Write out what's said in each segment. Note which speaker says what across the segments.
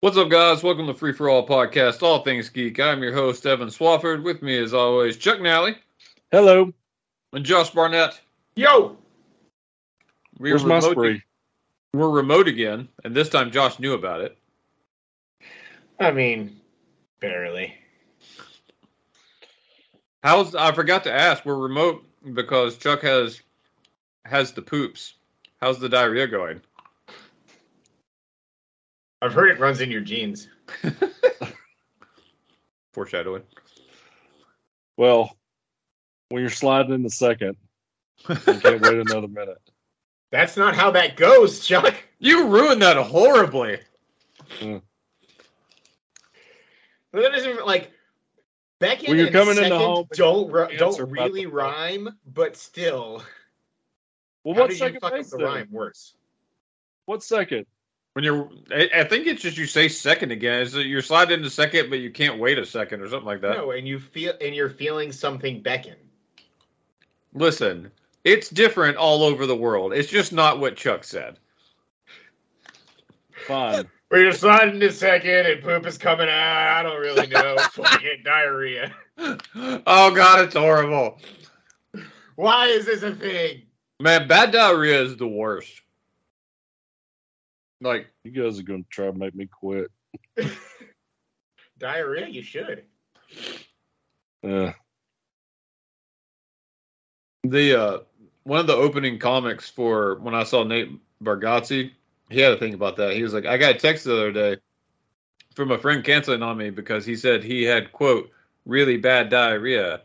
Speaker 1: What's up, guys? Welcome to Free for All Podcast, All Things Geek. I'm your host, Evan Swafford. With me, as always, Chuck Nally
Speaker 2: Hello.
Speaker 1: and Josh Barnett.
Speaker 3: Yo,
Speaker 1: We're
Speaker 2: Where's my
Speaker 1: remote-
Speaker 2: spree?
Speaker 1: We're remote again, and this time Josh knew about it.
Speaker 3: I mean, barely.
Speaker 1: How's I forgot to ask? We're remote because Chuck has has the poops. How's the diarrhea going?
Speaker 3: I've heard it runs in your genes.
Speaker 1: Foreshadowing.
Speaker 2: Well, when you're sliding in the second, you can't wait another minute.
Speaker 3: That's not how that goes, Chuck.
Speaker 1: you ruined that horribly.
Speaker 3: That isn't like Beckett
Speaker 2: Well, you're
Speaker 3: and
Speaker 2: coming into
Speaker 3: second
Speaker 2: home-
Speaker 3: don't ru-
Speaker 2: Answer
Speaker 3: don't
Speaker 2: about
Speaker 3: really
Speaker 2: the-
Speaker 3: rhyme, but still,
Speaker 2: Well,
Speaker 3: how
Speaker 2: what
Speaker 3: do you
Speaker 2: second
Speaker 3: fuck up
Speaker 2: base?
Speaker 3: the
Speaker 2: then?
Speaker 3: rhyme worse?
Speaker 2: What second?
Speaker 1: When you're, I, I think it's just you say second again. It's that you're sliding into second, but you can't wait a second or something like that.
Speaker 3: No, and you feel and you're feeling something beckon.
Speaker 1: Listen, it's different all over the world. It's just not what Chuck said.
Speaker 2: Fine.
Speaker 3: Where you're sliding to second and poop is coming out. I don't really know. Fucking diarrhea.
Speaker 1: oh god, it's horrible.
Speaker 3: Why is this a thing?
Speaker 1: Man, bad diarrhea is the worst. Like
Speaker 2: You guys are going to try to make me quit.
Speaker 3: Diarrhea, you should.
Speaker 2: Uh,
Speaker 1: the uh one of the opening comics for when I saw Nate Bargatze, he had a thing about that. He was like, I got a text the other day from a friend canceling on me because he said he had quote really bad diarrhea,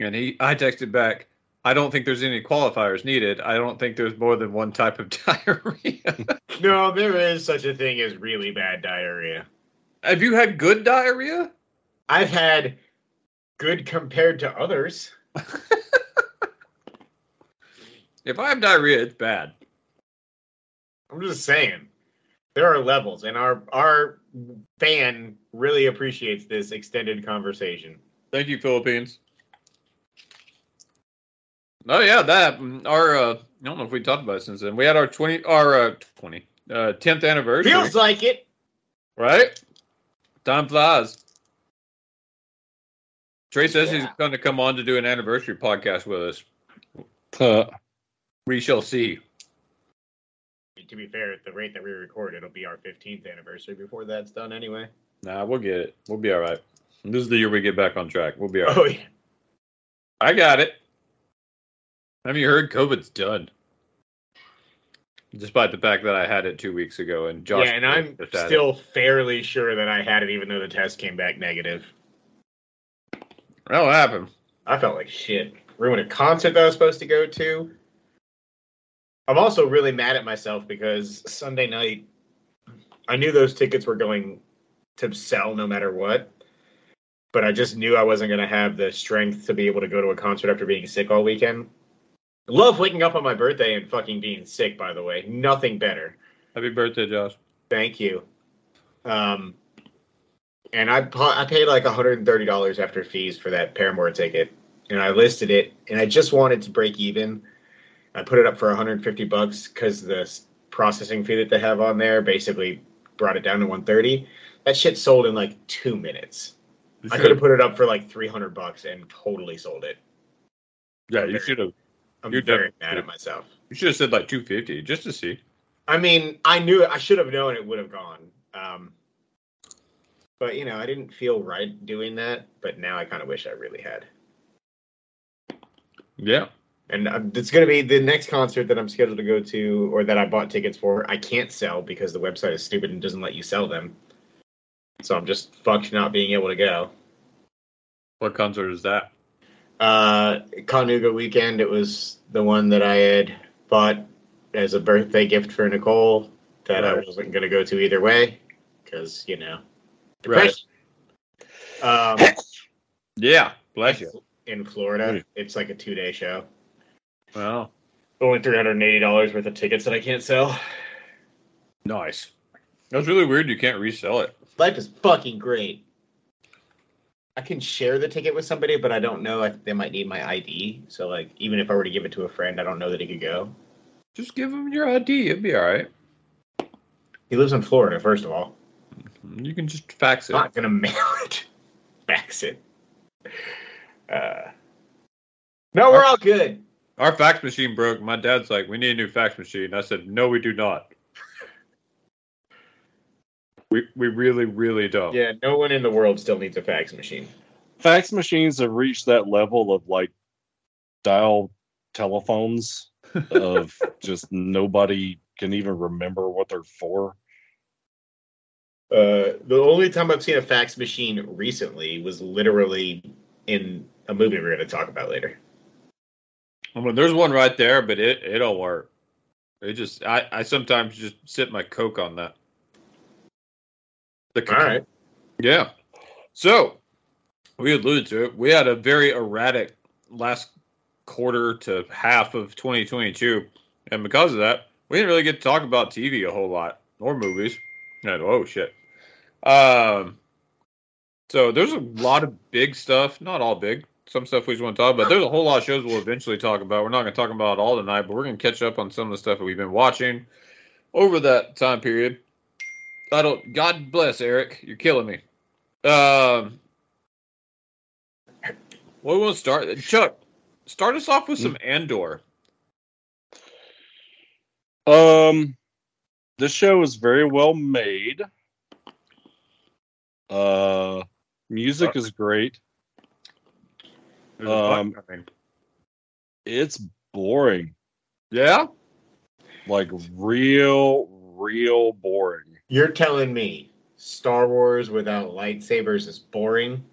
Speaker 1: and he I texted back, I don't think there's any qualifiers needed. I don't think there's more than one type of diarrhea.
Speaker 3: No, there is such a thing as really bad diarrhea.
Speaker 1: Have you had good diarrhea?
Speaker 3: I've had good compared to others.
Speaker 1: If I have diarrhea, it's bad.
Speaker 3: I'm just saying there are levels, and our our fan really appreciates this extended conversation.
Speaker 1: Thank you, Philippines. Oh yeah, that our uh, I don't know if we talked about it since then. We had our twenty our uh, twenty uh, tenth anniversary,
Speaker 3: Feels like it.
Speaker 1: right? Time flies. Trey says he's
Speaker 3: Yeah.
Speaker 1: going to come on to do an anniversary podcast with us.
Speaker 2: huh.
Speaker 1: We shall see.
Speaker 3: To be fair, at the rate that we record, it'll be our 15th anniversary before that's done anyway.
Speaker 1: Nah, we'll get it. We'll be all right. This is the year we get back on track. We'll be all right.
Speaker 3: Oh yeah,
Speaker 1: I got it. Have you heard COVID's done? Despite the fact that I had it two weeks ago and Josh.
Speaker 3: yeah, and I'm
Speaker 1: just had it.
Speaker 3: still fairly sure that I had it, even though the test came back negative.
Speaker 1: That'll happen.
Speaker 3: I felt like shit. Ruined a concert that I was supposed to go to. I'm also really mad at myself because Sunday night, I knew those tickets were going to sell no matter what. But I just knew I wasn't going to have the strength to be able to go to a concert after being sick all weekend. Love waking up on my birthday and fucking being sick, by the way. Nothing better.
Speaker 1: Happy birthday, Josh.
Speaker 3: Thank you. Um, and I pa- I paid like $130 after fees for that Paramore ticket, and I listed it, and I just wanted to break even. I put it up for 150 bucks because the s- processing fee that they have on there basically brought it down to 130. That shit sold in like two minutes. I could have put it up for like 300 bucks and totally sold it.
Speaker 1: Yeah, you should have.
Speaker 3: I'm
Speaker 1: You're
Speaker 3: very
Speaker 1: definitely-
Speaker 3: mad at myself.
Speaker 1: You should have said like 250 just to see.
Speaker 3: I mean, I knew I should have known it would have gone. Um, but you know, I didn't feel right doing that. But now I kind of wish I really had.
Speaker 1: Yeah.
Speaker 3: And uh, it's going to be the next concert that I'm scheduled to go to, or that I bought tickets for. I can't sell because the website is stupid and doesn't let you sell them. So I'm just fucked not being able to go.
Speaker 1: What concert is that?
Speaker 3: Uh, Chattanooga weekend. It was the one that I had bought as a birthday gift for Nicole that I
Speaker 1: Right.
Speaker 3: wasn't going to go to either way because you know.
Speaker 1: Right.
Speaker 3: Um,
Speaker 1: Yeah. Bless you.
Speaker 3: in Florida,
Speaker 2: Right.
Speaker 3: it's like a two-day show.
Speaker 1: Wow.
Speaker 3: Only three hundred and eighty dollars worth of tickets that I can't sell.
Speaker 1: Nice. That's really weird. You can't resell it.
Speaker 3: Life is fucking great. I can share the ticket with somebody, but I don't know if they might need my ID. So, like, even if I were to give it to a friend, I don't know that he could go.
Speaker 1: Just give them your ID. It'd be all right.
Speaker 3: He lives in Florida, first of all.
Speaker 1: You can just fax it.
Speaker 3: Not gonna mail it. Fax it. Uh, no, we're all good.
Speaker 1: Our fax machine broke. My dad's like, "We need a new fax machine." I said, "No, we do not. we we really, really don't."
Speaker 3: Yeah, no one in the world still needs a fax machine.
Speaker 2: Fax machines have reached that level of like dial telephones of just nobody can even remember what they're for.
Speaker 3: Uh, the only time I've seen a fax machine recently was literally in a movie we're going to talk about later.
Speaker 1: I mean, there's one right there, but it it don't work. It just I I sometimes just sip my coke on that. The
Speaker 3: All right.
Speaker 1: Yeah. So we alluded to it. We had a very erratic last quarter to half of 2022, and because of that, we didn't really get to talk about TV a whole lot or movies. And, oh shit. Um. So there's a lot of big stuff. Not all big. Some stuff we just want to talk about. There's a whole lot of shows we'll eventually talk about. We're not going to talk about it all tonight, but we're going to catch up on some of the stuff that we've been watching over that time period. I don't. God bless Eric. You're killing me. Um. What we want to start, Chuck? Start us off with some Andor.
Speaker 2: Um, this show is very well made. Uh, music is great.
Speaker 1: There's a button
Speaker 2: Um,
Speaker 1: coming.
Speaker 2: It's boring,
Speaker 1: yeah.
Speaker 2: like real, real boring.
Speaker 3: You're telling me Star Wars without lightsabers is boring?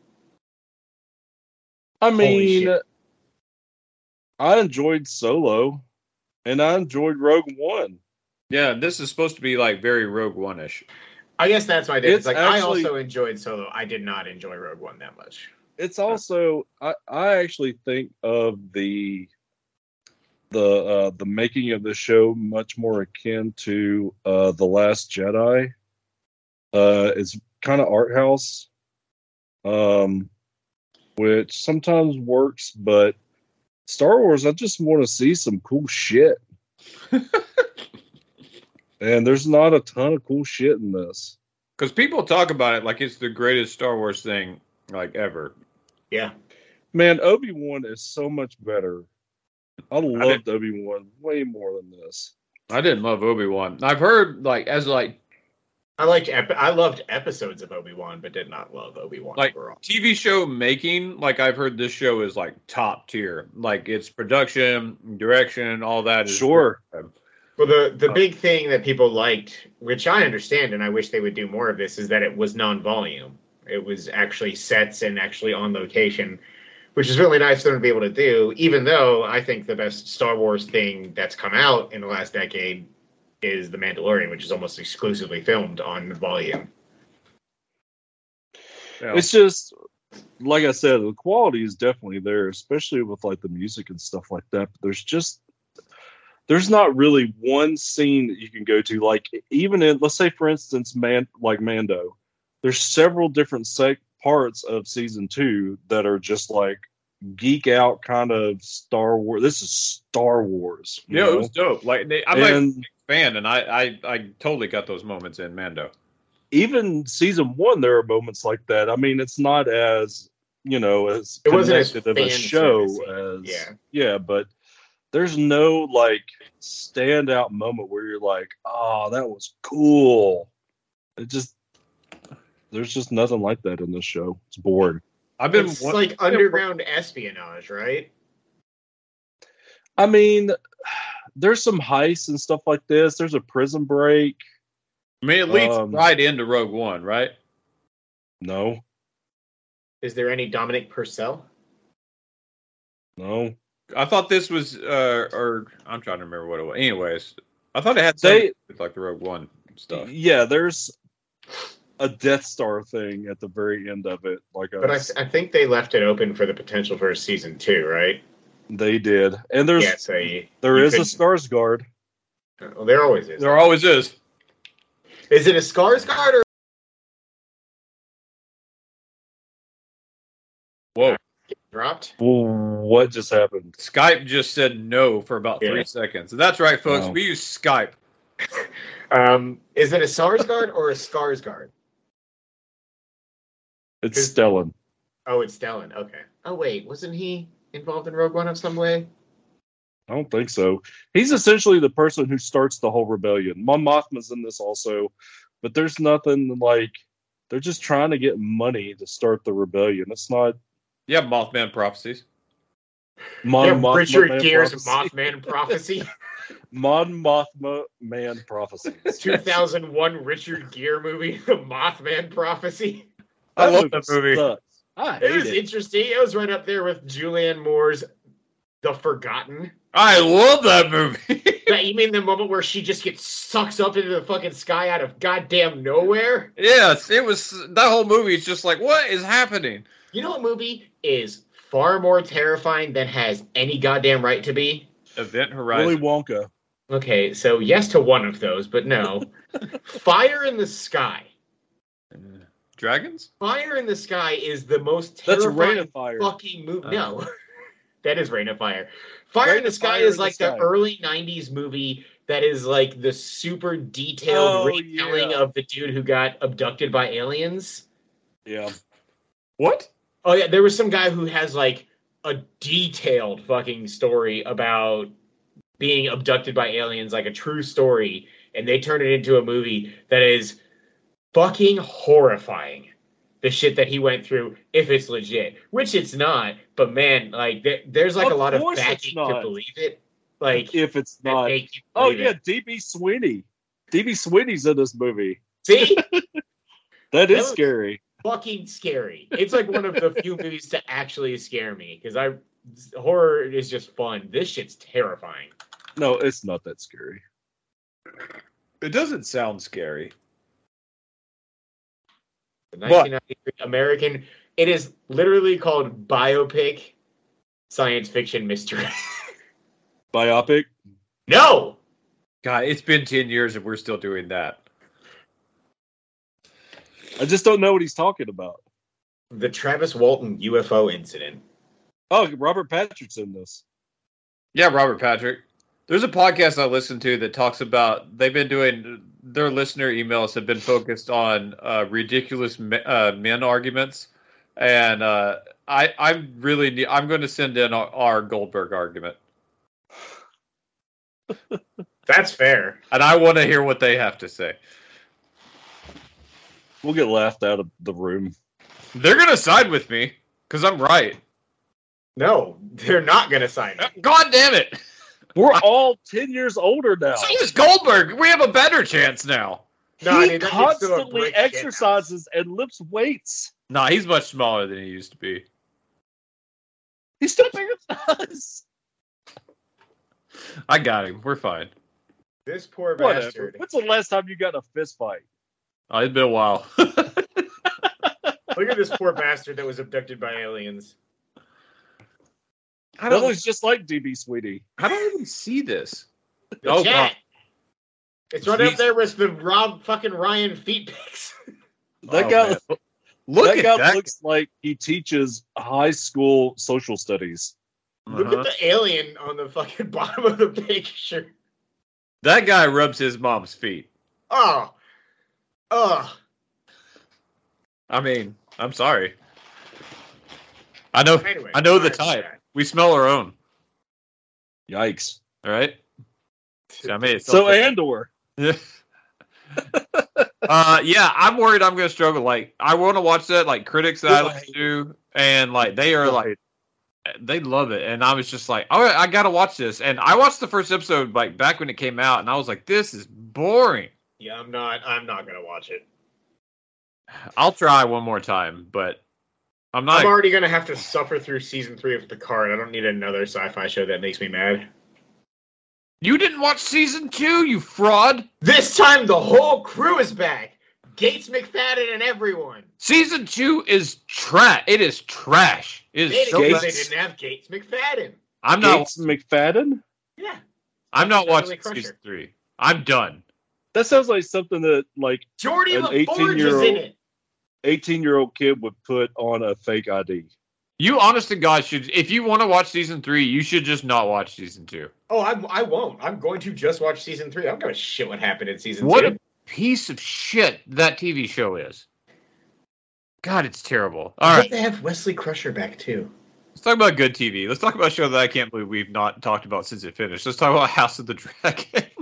Speaker 2: I
Speaker 3: Holy
Speaker 2: mean,
Speaker 3: shit.
Speaker 2: I enjoyed Solo, and I enjoyed Rogue One.
Speaker 1: Yeah, this is supposed to be like very Rogue One ish.
Speaker 3: I guess that's my difference.
Speaker 2: It's
Speaker 3: like I
Speaker 2: actually-
Speaker 3: also enjoyed Solo. I did not enjoy Rogue One that much.
Speaker 2: It's also I, I actually think of the the uh, the making of the show much more akin to uh, the Last Jedi. Uh, it's kind of art house, um, which sometimes works, but Star Wars. I just want to see some cool shit, and there's not a ton of cool shit in this.
Speaker 1: Because people talk about it like it's the greatest Star Wars thing like ever.
Speaker 3: Yeah.
Speaker 2: Man, Obi Wan is so much better. I loved Obi Wan way more than this.
Speaker 1: I didn't love Obi Wan. I've heard like as like
Speaker 3: I liked ep- I loved episodes of Obi-Wan but did not love Obi-Wan
Speaker 1: Like-
Speaker 3: overall.
Speaker 1: TV show making, like I've heard this show is like top tier. Like its production, direction, all that is
Speaker 2: Sure.
Speaker 3: Well, the the
Speaker 1: Oh.
Speaker 3: big thing that people liked, which I understand, and I wish they would do more of this, is that it was non-volume. It was actually sets and actually on location, which is really nice for them to be able to do. Even though I think the best Star Wars thing that's come out in the last decade is The Mandalorian, which is almost exclusively filmed on volume.
Speaker 1: Yeah.
Speaker 2: It's just like I said, the quality is definitely there, especially with like the music and stuff like that. But there's just there's not really one scene that you can go to. Like even in let's say for instance, man like Mando, there's several different sec- parts of season two that are just like geek out kind of Star Wars. This is Star Wars. you
Speaker 1: yeah, it
Speaker 2: know?
Speaker 1: was dope. Like they, I'm like a
Speaker 2: and
Speaker 1: fan, and I, I I totally got those moments in Mando.
Speaker 2: even season one, there are moments like that. I mean, it's not as you know as
Speaker 3: It wasn't as
Speaker 2: connected of a
Speaker 3: fan
Speaker 2: show as
Speaker 3: service-y, yeah.
Speaker 2: yeah, but there's no like standout moment where you're like, oh, that was cool. It just there's just nothing like that in this show. It's boring.
Speaker 1: I've been
Speaker 3: It's
Speaker 1: wa-
Speaker 3: like underground espionage, right?
Speaker 2: I mean, there's some heists and stuff like this. There's a prison break.
Speaker 1: I mean, it leads
Speaker 2: um,
Speaker 1: right into Rogue One, right?
Speaker 2: No,
Speaker 3: Is there any Dominic Purcell?
Speaker 2: no.
Speaker 1: I thought this was, uh, or I'm trying to remember what it was. Anyways, I thought it had
Speaker 2: They-
Speaker 1: something to do with, like the Rogue One stuff.
Speaker 2: Yeah, there's a Death Star thing at the very end of it. Like a,
Speaker 3: But I, I think they left it open for the potential for a season two, right?
Speaker 2: they did, and there's
Speaker 3: yeah, so you,
Speaker 2: there
Speaker 3: you
Speaker 2: is a
Speaker 3: couldn't-
Speaker 2: Stars guard.
Speaker 3: well, there always is.
Speaker 1: There always is.
Speaker 3: Is it a Skarsgård or
Speaker 1: Whoa!
Speaker 3: dropped?
Speaker 2: What just happened?
Speaker 1: Skype just said no for about
Speaker 3: Yeah.
Speaker 1: three seconds. That's right, folks.
Speaker 2: Wow.
Speaker 1: We use Skype.
Speaker 3: Um, is it a Sarsgaard or a Skarsgård?
Speaker 2: It's
Speaker 3: Who's-
Speaker 2: Stellan.
Speaker 3: Oh, it's Stellan. Okay. Oh wait, wasn't he involved in Rogue One in some way?
Speaker 2: I don't think so. He's essentially the person who starts the whole rebellion. Mon Mothma's in this also, but there's nothing like they're just trying to get money to start the rebellion. It's not
Speaker 1: Yeah, Mothman prophecies.
Speaker 2: Mon
Speaker 3: yeah,
Speaker 2: Mothma
Speaker 3: Richard
Speaker 2: man
Speaker 3: Gere's
Speaker 2: prophecy.
Speaker 3: Mothman Prophecy.
Speaker 2: Mon Mothma man prophecies.
Speaker 3: 2001 Richard Gere movie, The Mothman Prophecy.
Speaker 1: I love
Speaker 2: movie
Speaker 1: that movie.
Speaker 2: sucks. Ah, I
Speaker 3: It
Speaker 2: hate
Speaker 3: was
Speaker 2: it.
Speaker 3: interesting. It was right up there with Julianne Moore's The Forgotten.
Speaker 1: I love that movie.
Speaker 3: Yeah, you mean the moment where she just gets sucks up into the fucking sky out of goddamn nowhere?
Speaker 1: yes, it was that whole movie is just like, what is happening?
Speaker 3: You know what movie is far more terrifying than has any goddamn right to be?
Speaker 1: Event Horizon.
Speaker 2: Willy Wonka.
Speaker 3: Okay, so yes to one of those, but no. Fire in the Sky.
Speaker 1: Dragons?
Speaker 3: Fire in the Sky is the most
Speaker 2: That's Rain
Speaker 3: terrifying
Speaker 2: of Fire.
Speaker 3: fucking movie.
Speaker 1: Uh,
Speaker 3: no, that is Rain of Fire. Fire
Speaker 2: Reign
Speaker 3: in the
Speaker 2: of
Speaker 3: Sky
Speaker 2: Fire
Speaker 3: is
Speaker 2: in the
Speaker 3: like the,
Speaker 2: Sky.
Speaker 3: early '90s movie that is like the super detailed
Speaker 2: Oh,
Speaker 3: retelling
Speaker 2: yeah.
Speaker 3: of the dude who got abducted by aliens.
Speaker 2: Yeah.
Speaker 1: What?
Speaker 3: Oh yeah, there was some guy who has like a detailed fucking story about being abducted by aliens, like a true story, and they turned it into a movie that is fucking horrifying. The shit that he went through, if it's legit, which it's not, but man, like there, there's like
Speaker 2: Of
Speaker 3: a lot of
Speaker 2: course it's
Speaker 3: backing to
Speaker 2: not.
Speaker 3: believe it. Like
Speaker 2: If it's
Speaker 3: that
Speaker 2: not.
Speaker 3: make you
Speaker 2: Oh
Speaker 3: believe
Speaker 2: yeah,
Speaker 3: it.
Speaker 2: DB Sweeney. DB Sweeney's in this movie.
Speaker 3: See?
Speaker 2: That
Speaker 3: That
Speaker 2: is
Speaker 3: was-
Speaker 2: scary.
Speaker 3: fucking scary. It's like one of the few movies to actually scare me because I horror is just fun. This shit's terrifying.
Speaker 2: No, it's not that scary.
Speaker 1: It doesn't sound scary.
Speaker 3: The
Speaker 1: But-
Speaker 3: 1993 American. It is literally called biopic science fiction mystery.
Speaker 2: Biopic.
Speaker 3: no,
Speaker 1: God, it's been 10 years and we're still doing that.
Speaker 2: I just don't know what he's talking about.
Speaker 3: the Travis Walton UFO incident.
Speaker 2: Oh, Robert Patrick's in this.
Speaker 1: Yeah, Robert Patrick. There's a podcast I listen to that talks about they've been doing their listener emails have been focused on uh, ridiculous me, uh, men arguments, and uh, I I really need, I'm going to send in our, our Goldberg argument,
Speaker 3: That's fair.
Speaker 1: and I want to hear what they have to say.
Speaker 2: We'll get laughed out of the room.
Speaker 1: They're going to side with me because I'm right.
Speaker 3: No, they're not gonna sign it.
Speaker 1: God damn it!
Speaker 2: We're all ten years older now.
Speaker 1: So is Goldberg. We have a better chance now.
Speaker 3: No, I
Speaker 2: he
Speaker 3: mean, that dude's still a
Speaker 2: constantly
Speaker 3: brick shit house.
Speaker 2: exercises and lifts weights.
Speaker 1: Nah, he's much smaller than he used to be.
Speaker 2: He's still bigger than us.
Speaker 1: I got him. We're fine.
Speaker 3: This poor
Speaker 2: Whatever.
Speaker 3: bastard.
Speaker 2: When's the last time you got in a fist fight?
Speaker 1: Oh, it's been a while.
Speaker 3: Look at this poor bastard that was abducted by aliens.
Speaker 1: I
Speaker 2: That
Speaker 1: don't.
Speaker 2: looks just like DB Sweetie.
Speaker 1: How do I even see this?
Speaker 3: The
Speaker 1: Oh,
Speaker 3: chat.
Speaker 1: God.
Speaker 3: It's right
Speaker 1: Jeez.
Speaker 3: up there with the Rob fucking Ryan feet pics.
Speaker 2: That
Speaker 1: Oh,
Speaker 2: guy,
Speaker 1: man. Look
Speaker 2: that
Speaker 1: at
Speaker 2: guy
Speaker 1: that.
Speaker 2: looks like he teaches high school social studies.
Speaker 3: Look
Speaker 1: Uh-huh.
Speaker 3: at the alien on the fucking bottom of the picture.
Speaker 1: that guy rubs his mom's feet.
Speaker 3: Oh, oh.
Speaker 1: I mean, I'm sorry. I know.
Speaker 3: Anyway,
Speaker 1: I know the
Speaker 3: sorry about
Speaker 1: type. We smell our own.
Speaker 2: Yikes.
Speaker 1: All right. See, I made it
Speaker 2: So
Speaker 1: selfish.
Speaker 2: Andor.
Speaker 1: uh, yeah, I'm worried I'm going to struggle. Like, I want to watch that. Like critics that I
Speaker 2: Why?
Speaker 1: listen to, and like they are like they love it. And I was just like, oh, I got to watch this. And I watched the first episode like back when it came out, and I was like, this is boring.
Speaker 3: Yeah, I'm not. I'm not gonna watch it.
Speaker 1: I'll try one more time, but I'm not.
Speaker 3: I'm already gonna have to suffer through season three of Picard. I don't need another sci-fi show that makes me mad.
Speaker 1: You didn't watch season two, you fraud.
Speaker 3: This time, the whole crew is back. Gates McFadden and everyone.
Speaker 1: Season two is trash. It is trash. It
Speaker 3: They
Speaker 1: is so
Speaker 3: didn't,
Speaker 1: bad.
Speaker 3: they didn't have Gates McFadden.
Speaker 1: I'm not.
Speaker 2: Gates McFadden?
Speaker 3: Yeah.
Speaker 1: I'm not
Speaker 3: Beverly
Speaker 1: watching
Speaker 3: Crusher.
Speaker 1: season three. I'm done.
Speaker 2: That sounds like something that like
Speaker 3: Jordy
Speaker 2: An
Speaker 3: LaForge is
Speaker 2: 18-year-old
Speaker 3: in it.
Speaker 2: 18 year old kid would put on a fake ID.
Speaker 1: You, honest to God, should if you want to watch season three, you should just not watch season two.
Speaker 3: Oh, I'm, I won't. I'm going to just watch season three. I don't give a shit what happened in season
Speaker 1: What
Speaker 3: two.
Speaker 1: a piece of shit that TV show is. God, it's terrible.
Speaker 3: I
Speaker 1: All
Speaker 3: think
Speaker 1: right,
Speaker 3: they have Wesley Crusher back too.
Speaker 1: let's talk about good TV. Let's talk about a show that I can't believe we've not talked about since it finished. Let's talk about House of the Dragon.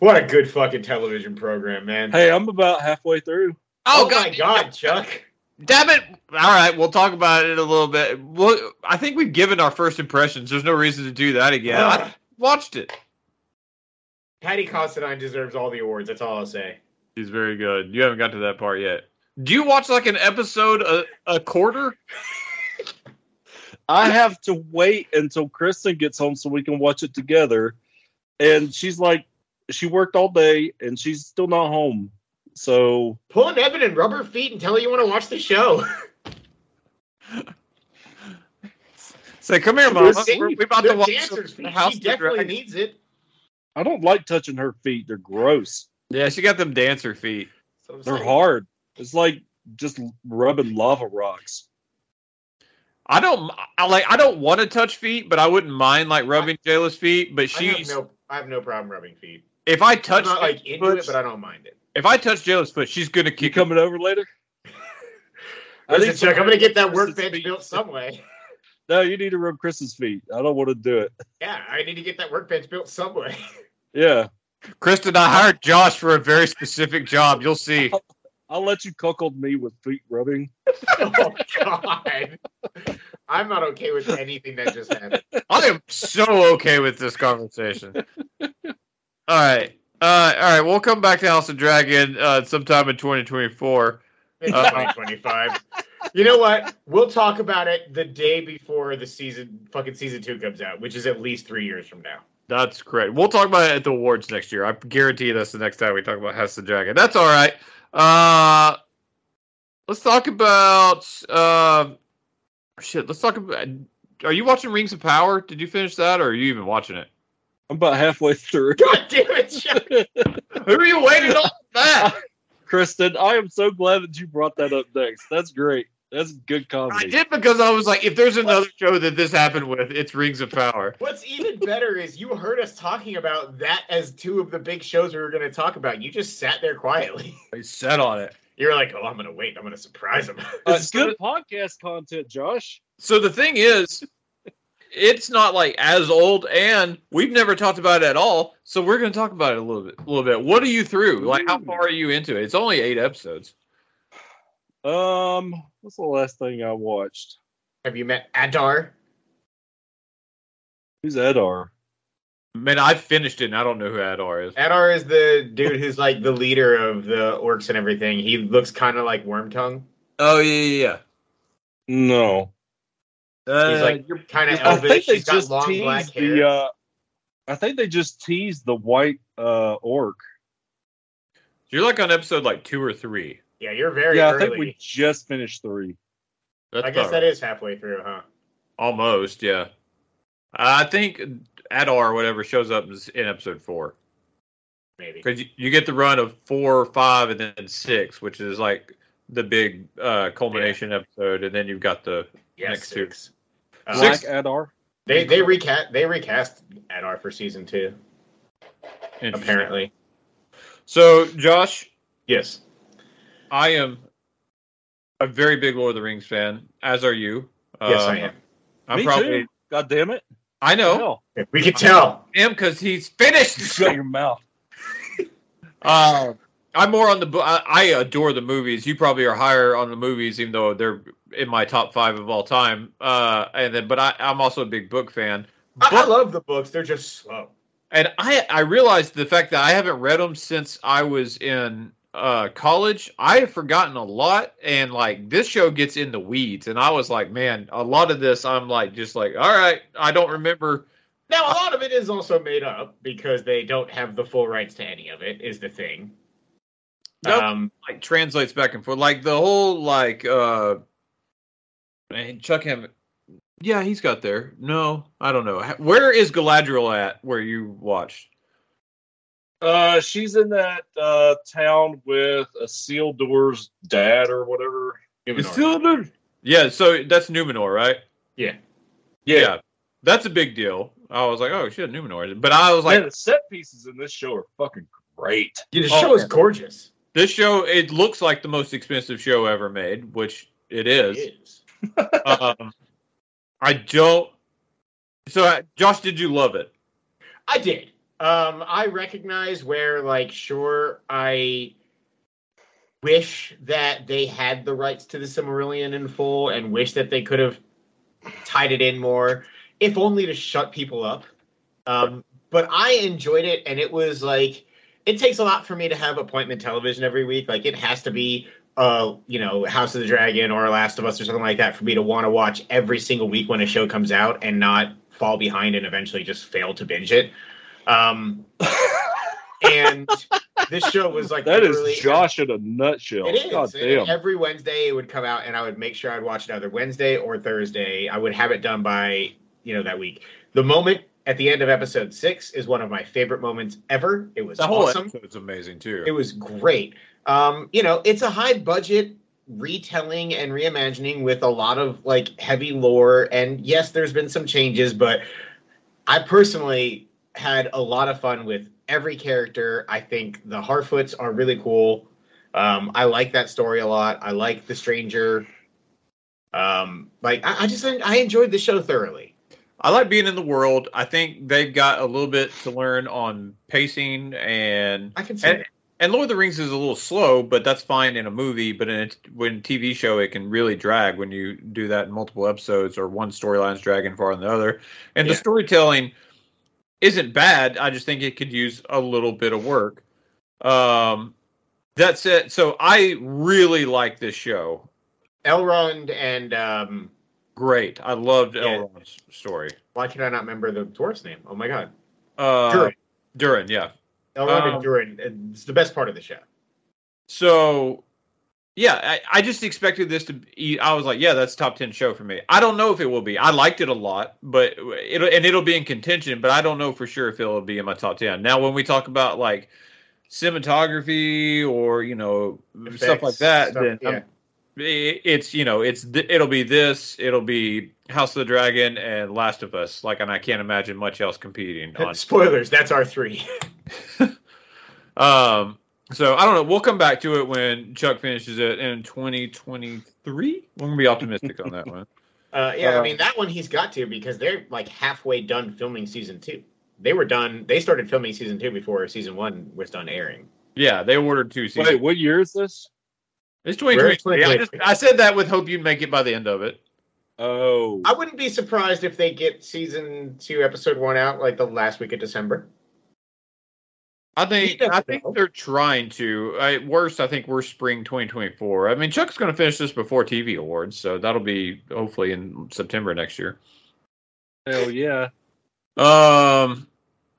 Speaker 3: What a good fucking television program, man.
Speaker 2: Hey, I'm about halfway through.
Speaker 3: oh, my god, Chuck.
Speaker 1: Damn it! All right, we'll talk about it a little bit. Well, I think we've given our first impressions. There's no reason to do that again.
Speaker 3: Ugh.
Speaker 1: I watched it.
Speaker 3: Patty Considine deserves all the awards. That's all I'll say.
Speaker 1: She's very good. You haven't got to that part yet. Do you watch like an episode a, a quarter?
Speaker 2: I have to wait until Kristen gets home so we can watch it together. And she's like, she worked all day and she's still not home. So
Speaker 3: Pull an Evan and rub her feet and tell her you want to watch the show.
Speaker 1: Say, come here,
Speaker 2: We're
Speaker 1: mama.
Speaker 2: seeing-
Speaker 1: We're, we about
Speaker 3: The
Speaker 1: to watch
Speaker 3: dancer's
Speaker 1: the
Speaker 3: feet.
Speaker 1: House
Speaker 3: She
Speaker 1: of the
Speaker 3: definitely
Speaker 1: Dragon.
Speaker 3: needs it.
Speaker 2: I don't like touching her feet. They're gross.
Speaker 1: yeah, she got them dancer feet.
Speaker 3: So I'm
Speaker 2: They're
Speaker 3: saying.
Speaker 2: hard. It's like just rubbing lava rocks.
Speaker 1: I don't I like I don't want to touch feet, but I wouldn't mind like rubbing Jayla's feet. But
Speaker 3: I have
Speaker 1: she's
Speaker 3: no, I have no problem rubbing feet.
Speaker 1: if I
Speaker 3: I'm
Speaker 1: touch
Speaker 3: not like into
Speaker 1: Jayla's
Speaker 3: it, but I don't mind it.
Speaker 1: if I touch Jayla's foot, she's gonna
Speaker 2: You
Speaker 1: kick.
Speaker 2: coming over later?
Speaker 3: Listen, Chuck, I'm gonna get that
Speaker 2: Kristen's
Speaker 3: workbench
Speaker 2: feet.
Speaker 3: built some way.
Speaker 2: No, you need to rub Chris's feet. I don't want to do it.
Speaker 3: Yeah, I need to get that workbench built some way.
Speaker 2: Yeah,
Speaker 1: Kristen, I hired Josh for a very specific job. You'll see.
Speaker 2: I'll let you cuckold me with feet rubbing.
Speaker 3: oh God, I'm not okay with anything that just happened.
Speaker 1: I am so okay with this conversation. all right. Uh, all right, we'll come back to House of Dragon uh, sometime in 2024.
Speaker 3: It's
Speaker 1: Uh-oh.
Speaker 3: 2025. You know what? We'll talk about it the day before the season, fucking season two comes out, which is at least three years from now.
Speaker 1: That's correct. We'll talk about it at the awards next year. I guarantee that's the next time we talk about House of Dragon. That's all right. Uh, let's talk about uh, shit. Let's talk about. Are you watching Rings of Power? Did you finish that, or are you even watching it?
Speaker 2: I'm about halfway through.
Speaker 3: God damn it, Chuck.
Speaker 1: Who are you waiting on? for That
Speaker 2: Kristen, I am so glad that you brought that up next. That's great. That's good comedy.
Speaker 1: I did because I was like, if there's another show that this happened with, it's Rings of Power.
Speaker 3: What's even better is you heard us talking about that as two of the big shows we were going to talk about. You just sat there quietly.
Speaker 1: I set on it.
Speaker 3: You were like, "Oh, I'm going to wait. I'm going to surprise him."
Speaker 2: Uh,
Speaker 1: It's
Speaker 2: good podcast content, Josh.
Speaker 1: So the thing is, it's not like as old, and we've never talked about it at all. So we're going to talk about it a little bit. A little bit. What are you through? Like, how
Speaker 2: Ooh.
Speaker 1: far are you into it? It's only eight episodes.
Speaker 2: Um, what's the last thing I watched?
Speaker 3: Have you met Adar?
Speaker 2: Who's Edar?
Speaker 1: Man, I finished it, and I don't know who Adar is.
Speaker 3: Adar is the dude who's like the leader of the orcs and everything. He looks kind of like Wormtongue.
Speaker 1: Oh yeah, yeah.
Speaker 2: No,
Speaker 1: yeah. Uh,
Speaker 3: He's like kind of
Speaker 2: I think
Speaker 3: elvish.
Speaker 2: they
Speaker 3: He's got
Speaker 2: just
Speaker 3: long black
Speaker 2: teased
Speaker 3: hair.
Speaker 2: the. Uh, I think they just teased the white uh, orc.
Speaker 1: you're like on episode like two or three.
Speaker 3: yeah, you're very
Speaker 2: yeah, I
Speaker 3: early. I,
Speaker 2: think we just finished three.
Speaker 1: That's
Speaker 3: guess
Speaker 1: about
Speaker 3: that
Speaker 1: right.
Speaker 3: is halfway through, huh?
Speaker 1: almost. Yeah, I think Adar or whatever shows up is in episode four.
Speaker 3: Maybe.
Speaker 1: Because you, you get the run of four, five, and then six, which is like the big uh, culmination episode, and then you've got the
Speaker 3: Yeah,
Speaker 1: next two.
Speaker 3: six. Uh,
Speaker 2: Black
Speaker 1: Six-
Speaker 2: Adar.
Speaker 3: They they recast they recast Adar for season two
Speaker 1: interesting-
Speaker 3: apparently.
Speaker 1: So, Josh,
Speaker 3: Yes.
Speaker 1: I am a very big Lord of the Rings fan, as are you.
Speaker 3: Yes,
Speaker 1: Uh,
Speaker 3: I am.
Speaker 1: I'm
Speaker 2: Me
Speaker 1: probably.
Speaker 2: too. God damn it!
Speaker 1: I know
Speaker 2: Hell,
Speaker 3: We could tell.
Speaker 1: him because he's finished.
Speaker 2: shut your mouth.
Speaker 1: Uh, I'm more on the. bo- I, I adore the movies. You probably are higher on the movies, even though they're in my top five of all time. Uh, and then, but I, I'm also a big book fan.
Speaker 3: I, I
Speaker 1: But-
Speaker 3: love the books. They're just slow.
Speaker 1: and I I realized the fact that I haven't read them since I was in uh, college. I have forgotten a lot, and like this show gets in the weeds, and I was like, man, a lot of this I'm like just like, all right, I don't remember.
Speaker 3: Now a lot of it is also made up because they don't have the full rights to any of it. Is the thing.
Speaker 1: Nope.
Speaker 3: Um,
Speaker 1: Like translates back and forth, like the whole like uh, man, Chuck Hammett. Yeah, he's got there. No, I don't know. Where is Galadriel at? Where you watched?
Speaker 2: Uh, she's in that uh, town with a seal door's dad or whatever.
Speaker 3: Numenor.
Speaker 1: Yeah, so that's Numenor, right?
Speaker 3: Yeah.
Speaker 1: Yeah. That's a big deal. I was like, oh shit, Numenor. But I was like,
Speaker 2: Man, the set pieces in this show are fucking great.
Speaker 3: Yeah, the
Speaker 1: Oh,
Speaker 3: show is
Speaker 1: yeah.
Speaker 3: gorgeous.
Speaker 1: this show it looks like the most expensive show ever made, which It is. um, I don't. So, uh, Josh, did you love it?
Speaker 3: I did. Um, I recognize where, like, sure, I wish that they had the rights to the Silmarillion in full, and wish that they could have tied it in more, if only to shut people up. Um, but I enjoyed it, and it was like it takes a lot for me to have appointment television every week. Like, it has to be uh, you know, House of the Dragon or Last of Us or something like that for me to want to watch every single week when a show comes out and not fall behind and eventually just fail to binge it. Um, and this show was like
Speaker 2: That is
Speaker 3: literally-
Speaker 2: Josh in a nutshell.
Speaker 3: It is.
Speaker 2: God
Speaker 3: And
Speaker 2: damn.
Speaker 3: Every Wednesday it would come out, and I would make sure I'd watch it either Wednesday or Thursday. I would have it done by you know that week. The moment at the end of episode six is one of my favorite moments ever. It was
Speaker 1: The whole
Speaker 3: awesome.
Speaker 1: episode's amazing too.
Speaker 3: It was great. Um, you know, it's a high budget retelling and reimagining with a lot of like heavy lore. And yes, there's been some changes, but I personally had a lot of fun with every character. I think the Harfoots are really cool. Um, I like that story a lot. I like the Stranger. Um, like I, I just I enjoyed the show thoroughly.
Speaker 1: I like being in the world. I think they've got a little bit to learn on pacing and
Speaker 3: I can see it.
Speaker 1: and Lord of the Rings is a little slow, but that's fine in a movie. But in a, when a TV show, it can really drag when you do that in multiple episodes or one storyline's dragging far on the other. And the
Speaker 3: Yeah.
Speaker 1: storytelling isn't bad. I just think it could use a little bit of work. Um, that's it. So I really like this show.
Speaker 3: Elrond and um,
Speaker 1: Great. I loved
Speaker 3: Yeah.
Speaker 1: Elrond's story.
Speaker 3: why can I not remember the dwarf's name? Oh my god.
Speaker 1: Uh,
Speaker 3: Durin.
Speaker 1: Durin, yeah.
Speaker 3: Elrond
Speaker 1: Um,
Speaker 3: and Durin. It's the best part of the show.
Speaker 1: So, yeah, I, I just expected this to be. I was like, yeah, that's top ten show for me. I don't know if it will be. I liked it a lot, but it'll and it'll be in contention. But I don't know for sure if it'll be in my top ten. Now, when we talk about like cinematography or you know stuff
Speaker 3: Effects,
Speaker 1: like that,
Speaker 3: stuff-
Speaker 1: then I'm- i- it's you know it's th- it'll be this, it'll be House of the Dragon and Last of Us. Like, and I can't imagine much else competing.
Speaker 3: yeah.
Speaker 1: on
Speaker 3: Spoilers. That's our three.
Speaker 1: Um, so I don't know. We'll come back to it when Chuck finishes it in 2023. We're gonna be optimistic on that one.
Speaker 3: Uh, yeah,
Speaker 1: Uh,
Speaker 3: I mean that one he's got to because they're like halfway done filming season two. They were done. They started filming season two before season one was done airing.
Speaker 1: Yeah, they ordered two seasons.
Speaker 2: Wait, what year is this?
Speaker 1: it's 2023. I,
Speaker 3: Where's
Speaker 1: just,
Speaker 3: 2023?
Speaker 1: I said that with hope you'd make it by the end of it.
Speaker 2: Oh,
Speaker 3: I wouldn't be surprised if they get season two, episode one out like the last week of December.
Speaker 1: I think
Speaker 3: Yeah,
Speaker 1: I think
Speaker 3: bro.
Speaker 1: they're trying to. At worst, I think we're spring 2024. I mean, Chuck's gonna finish this before TV awards, so that'll be hopefully in September next year.
Speaker 2: hell yeah.
Speaker 1: Um, all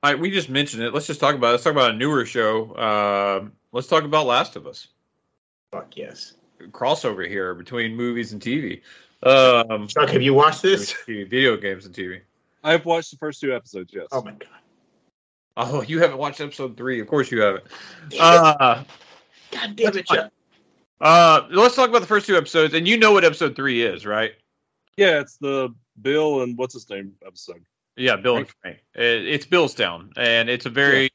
Speaker 1: right, we just mentioned it. Let's just talk about. It. Let's talk about a newer show. Um, let's talk about Last of Us.
Speaker 3: Fuck yes.
Speaker 1: crossover here between movies and TV. Um,
Speaker 3: Chuck, have you watched this?
Speaker 1: video games and TV.
Speaker 2: I've watched the first two episodes, yes.
Speaker 3: Oh my god.
Speaker 1: Oh, you haven't watched episode three? Of course you haven't. Uh,
Speaker 3: god damn it, Chuck.
Speaker 1: uh, let's talk about the first two episodes, and you know what episode three is, right?
Speaker 2: Yeah, it's the Bill and what's his name episode.
Speaker 1: Yeah, Bill and Frank. It, it's Billstown, and it's a very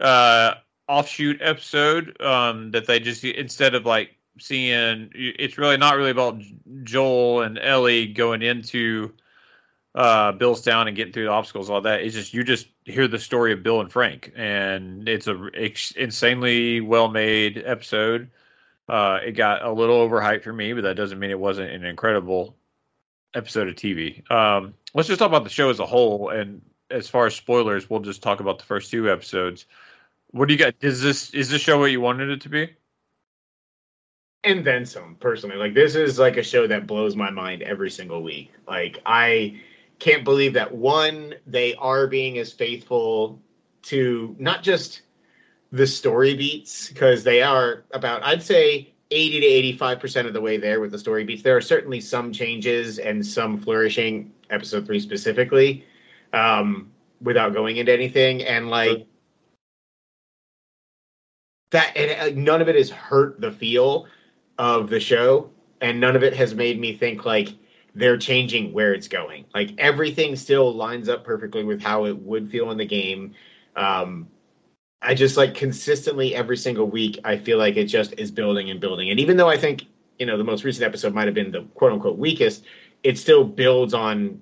Speaker 1: uh, offshoot episode um, that they just instead of like seeing it's really not really about Joel and Ellie going into uh, Billstown and getting through the obstacles and all that. It's just you just hear the story of Bill and Frank, and it's a ex- insanely well made episode. Uh, it got a little overhyped for me, but that doesn't mean it wasn't an incredible episode of TV. Um, let's just talk about the show as a whole, and as far as spoilers, we'll just talk about the first two episodes. What do you got? Is this is this show what you wanted it to be?
Speaker 3: and then some personally like this is like a show that blows my mind every single week like i can't believe that one they are being as faithful to not just the story beats because they are about i'd say 80 to 85 percent of the way there with the story beats there are certainly some changes and some flourishing episode three specifically um without going into anything and like that and uh, none of it has hurt the feel of the show and none of it has made me think like they're changing where it's going like everything still lines up perfectly with how it would feel in the game um i just like consistently every single week i feel like it just is building and building and even though i think you know the most recent episode might have been the quote unquote weakest, it still builds on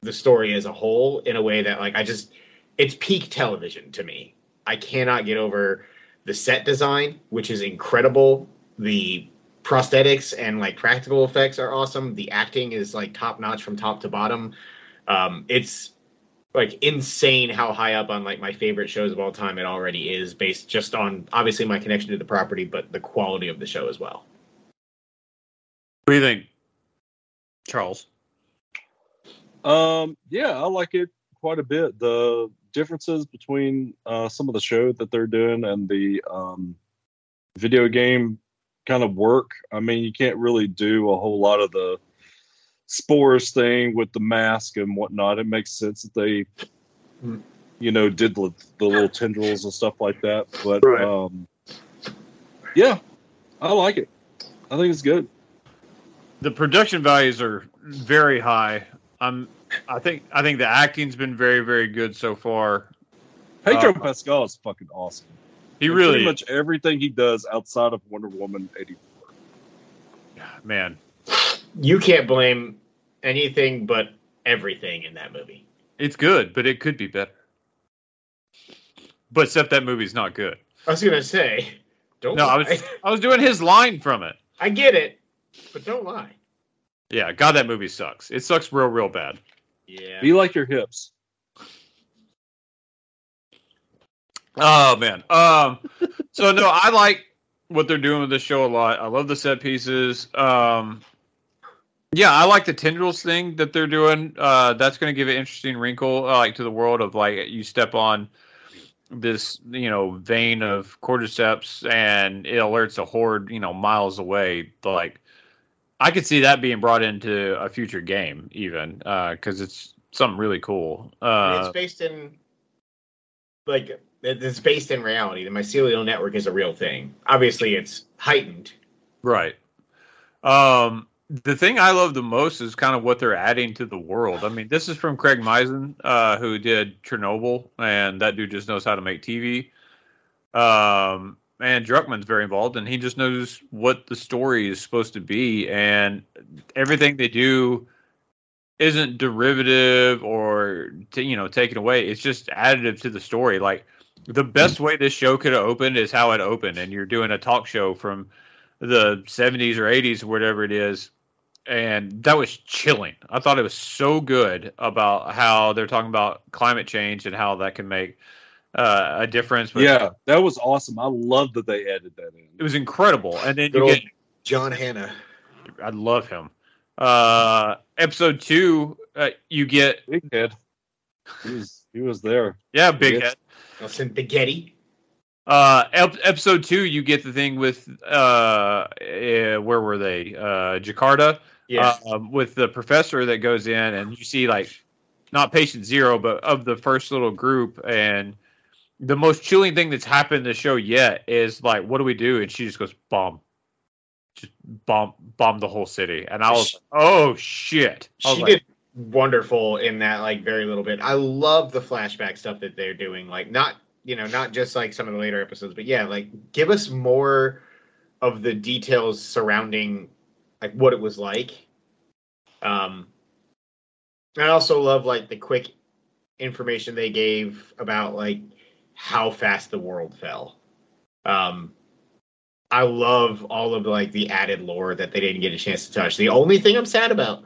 Speaker 3: the story as a whole in a way that like I just it's peak television to me. I cannot get over the set design, which is incredible. The prosthetics and like practical effects are awesome. The acting is like top notch from top to bottom. Um, it's like insane how high up on like my favorite shows of all time it already is, based just on obviously my connection to the property, but the quality of the show as well.
Speaker 1: What do you think, Charles?
Speaker 2: Um, yeah, I like it quite a bit. The differences between uh, some of the show that they're doing and the um, video game kind of work. I mean, you can't really do a whole lot of the spores thing with the mask and whatnot. It makes sense that they, you know, did the, the little tendrils and stuff like that. But
Speaker 1: Right.
Speaker 2: um, yeah, I like it. I think it's good.
Speaker 1: the production values are very high. I'm I think I think the acting's been very very good so far.
Speaker 2: Pedro
Speaker 1: Uh,
Speaker 2: Pascal is fucking awesome.
Speaker 1: He
Speaker 2: And
Speaker 1: really
Speaker 2: pretty much everything he does outside of Wonder Woman eighty four.
Speaker 1: man.
Speaker 3: You can't blame anything but everything in that movie.
Speaker 1: It's good, but it could be better. But except that movie's not good.
Speaker 3: I was gonna say, don't
Speaker 1: No, I
Speaker 3: lie.
Speaker 1: was I was doing his line from it.
Speaker 3: I get it, but don't lie.
Speaker 1: Yeah, God, that movie sucks. It sucks real real bad.
Speaker 3: Yeah.
Speaker 2: Be like your hips.
Speaker 1: Oh man. Um so no, I like what they're doing with this show a lot. I love the set pieces. Um yeah, I like the tendrils thing that they're doing. Uh that's gonna give an interesting wrinkle uh, like to the world of like you step on this, you know, vein of cordyceps and it alerts a horde, you know, miles away. Like I could see that being brought into a future game even, uh, because it's something really cool.
Speaker 3: And
Speaker 1: Uh
Speaker 3: it's based in like it- it's based in reality. The mycelial network is a real thing. Obviously, it's heightened.
Speaker 1: Right. Um, the thing I love the most is kind of what they're adding to the world. I mean, this is from Craig Mazin, uh, who did Chernobyl, and that dude just knows how to make TV. Um, and Druckmann's very involved, and he just knows what the story is supposed to be, and everything they do isn't derivative or t- you know taken away. It's just additive to the story. Like the best way this show could have opened is how it opened, and you're doing a talk show from the 70s or 80s or whatever it is and that was chilling i thought it was so good about how they're talking about climate change and how that can make uh, a difference but
Speaker 2: Yeah, that was awesome. I love that they added that in.
Speaker 1: it was incredible and then
Speaker 3: Good
Speaker 1: you
Speaker 3: old
Speaker 1: get
Speaker 3: John Hannah.
Speaker 1: i love him uh episode two uh, you get
Speaker 2: Big head. He was, he was there.
Speaker 1: yeah big
Speaker 2: Yes.
Speaker 1: head
Speaker 3: Nelson Spaghetti.
Speaker 1: Uh, ep- episode two, you get the thing with uh, eh, where were they? Uh, Jakarta.
Speaker 3: Yeah.
Speaker 1: Um, with the professor that goes in, and you see like not patient zero, but of the first little group, and the most chilling thing that's happened in the show yet is like, what do we do? And she just goes bomb, just bomb, bomb the whole city, and I was, like, oh shit! I was
Speaker 3: she
Speaker 1: like,
Speaker 3: did wonderful in that like very little bit. I love the flashback stuff that they're doing. Like not you know not just like some of the later episodes, but yeah, like give us more of the details surrounding like what it was like. Um, I also love like the quick information they gave about like how fast the world fell. Um, I love all of like the added lore that they didn't get a chance to touch. The only thing I'm sad about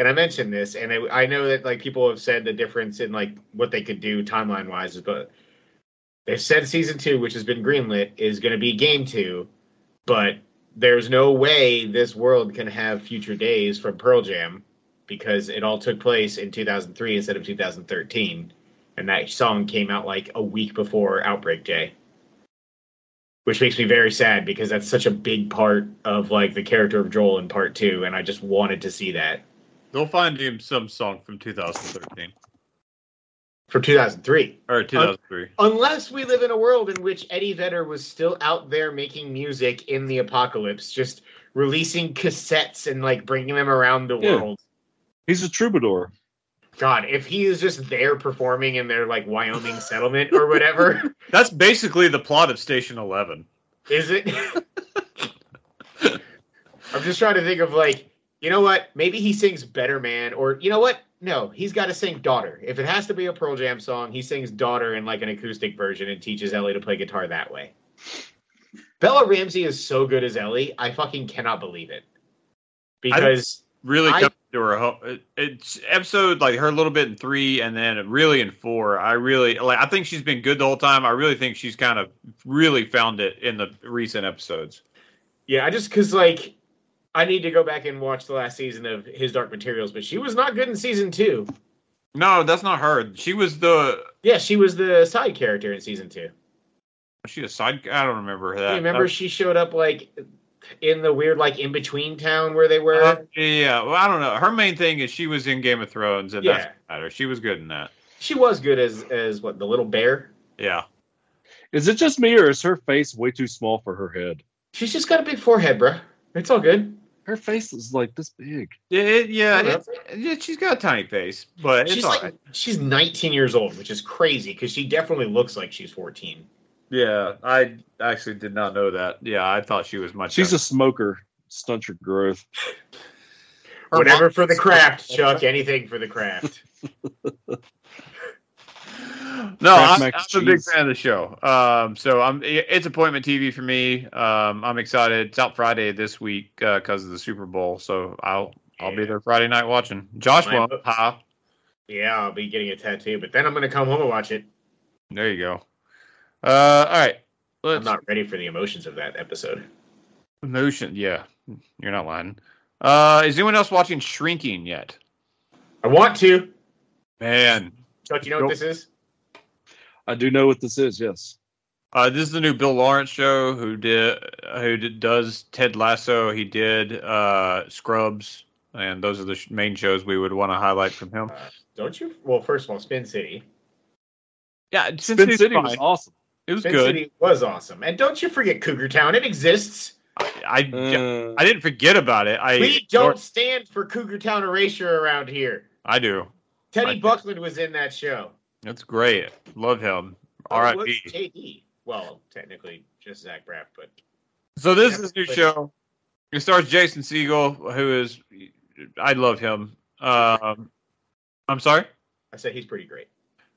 Speaker 3: and I mentioned this, and I, I know that like people have said the difference in like what they could do timeline wise, but they've said season two, which has been greenlit, is going to be game two, but there's no way this world can have future days from Pearl Jam because it all took place in 2003 instead of 2013, and that song came out like a week before Outbreak Day. Which makes me very sad because that's such a big part of like the character of Joel in part two, and I just wanted to see that.
Speaker 1: They'll find him some song from 2013
Speaker 3: from 2003.
Speaker 1: or 2003.
Speaker 3: Unless we live in a world in which Eddie Vedder was still out there making music in the apocalypse, just releasing cassettes and like bringing them around the
Speaker 2: Yeah.
Speaker 3: world.
Speaker 2: He's a troubadour.
Speaker 3: God, if he is just there performing in their like Wyoming settlement or whatever,
Speaker 1: That's basically the plot of Station 11.
Speaker 3: is it? I'm just trying to think of like, you know what? Maybe he sings Better Man, or you know what? No, he's got to sing Daughter. If it has to be a Pearl Jam song, he sings Daughter in like an acoustic version and teaches Ellie to play guitar that way. Bella Ramsey is so good as Ellie. I fucking cannot believe it. Because
Speaker 1: Really
Speaker 3: I-
Speaker 1: coming to her. ho- it- It's episode like her a little bit in three, and then really in four. I really like. I think she's been good the whole time. I really think she's kind of really found it in the recent episodes.
Speaker 3: yeah, I just because like I need to go back and watch the last season of His Dark Materials, but she was not good in season two.
Speaker 1: No, that's not her. She was the.
Speaker 3: Yeah, she was the side character in season two.
Speaker 1: Was she a side? I don't remember that.
Speaker 3: You remember
Speaker 1: That-
Speaker 3: she showed up like in the weird like in between town where they were.
Speaker 1: Uh, yeah, well, I don't know. Her main thing is she was in Game of Thrones, and that's
Speaker 3: Yeah.
Speaker 1: what matter. She was good in that.
Speaker 3: she was good as as what the little bear.
Speaker 1: Yeah,
Speaker 2: Is it just me or is her face way too small for her head?
Speaker 3: She's just got a big forehead, bruh. It's all good.
Speaker 2: Her face is like this big.
Speaker 1: It- yeah,
Speaker 3: I don't know.
Speaker 1: it's- yeah. She's got a tiny face, but it's
Speaker 3: she's
Speaker 1: all
Speaker 3: like
Speaker 1: right.
Speaker 3: she's 19 years old, which is crazy because she definitely looks like she's 14.
Speaker 1: Yeah, I actually did not know that. Yeah, I thought she was much.
Speaker 2: She's a
Speaker 1: younger.
Speaker 2: smoker. Stunts your growth.
Speaker 1: Her
Speaker 3: Whatever
Speaker 1: mom-
Speaker 3: for the craft, Chuck. Anything for the craft.
Speaker 1: No,
Speaker 2: Kraft
Speaker 1: I'm,
Speaker 2: mac
Speaker 1: I'm
Speaker 2: and
Speaker 1: a big
Speaker 2: cheese.
Speaker 1: fan of the show. Um, so I'm it's appointment TV for me. Um, I'm excited. It's out Friday this week because of the Super Bowl. So I'll I'll be
Speaker 3: Yeah.
Speaker 1: there Friday night watching. Josh
Speaker 3: Mine
Speaker 1: won't.
Speaker 3: looks-
Speaker 1: Ha.
Speaker 3: Yeah, I'll be getting a tattoo, but then I'm gonna come home and watch it.
Speaker 1: There you go. Uh, all right.
Speaker 3: I'm
Speaker 1: Let's
Speaker 3: not ready for the emotions of that episode.
Speaker 1: motion. Yeah, you're not lying. Uh, is anyone else watching Shrinking yet?
Speaker 3: I want to.
Speaker 1: Man,
Speaker 3: Chuck, you know what
Speaker 2: Nope.
Speaker 3: this is?
Speaker 2: I do know what this is. Yes.
Speaker 1: Uh, this is the new Bill Lawrence show. Who did? Who did, does Ted Lasso? He did uh, Scrubs, and those are the sh- main shows we would want to highlight from him.
Speaker 3: Don't you? Well, first of all, Spin City.
Speaker 1: Yeah, since
Speaker 2: Spin City was awesome.
Speaker 1: it was
Speaker 3: Spin
Speaker 1: good.
Speaker 3: City was awesome, and don't you forget Cougar Town. It exists.
Speaker 1: I, I, Mm.
Speaker 2: Uh,
Speaker 1: I didn't forget about it. I
Speaker 3: We don't stand for Cougar Town erasure around here.
Speaker 1: I do. I
Speaker 3: Teddy
Speaker 1: do.
Speaker 3: Buckland was in that show.
Speaker 1: That's great. Love him.
Speaker 3: So
Speaker 1: All right.
Speaker 3: Oh, was JD. Well, technically, just Zach Braff, but
Speaker 1: So this is new
Speaker 3: Netflix.
Speaker 1: show. It stars Jason Siegel, who is I love him. Um, I'm sorry.
Speaker 3: I said he's pretty great.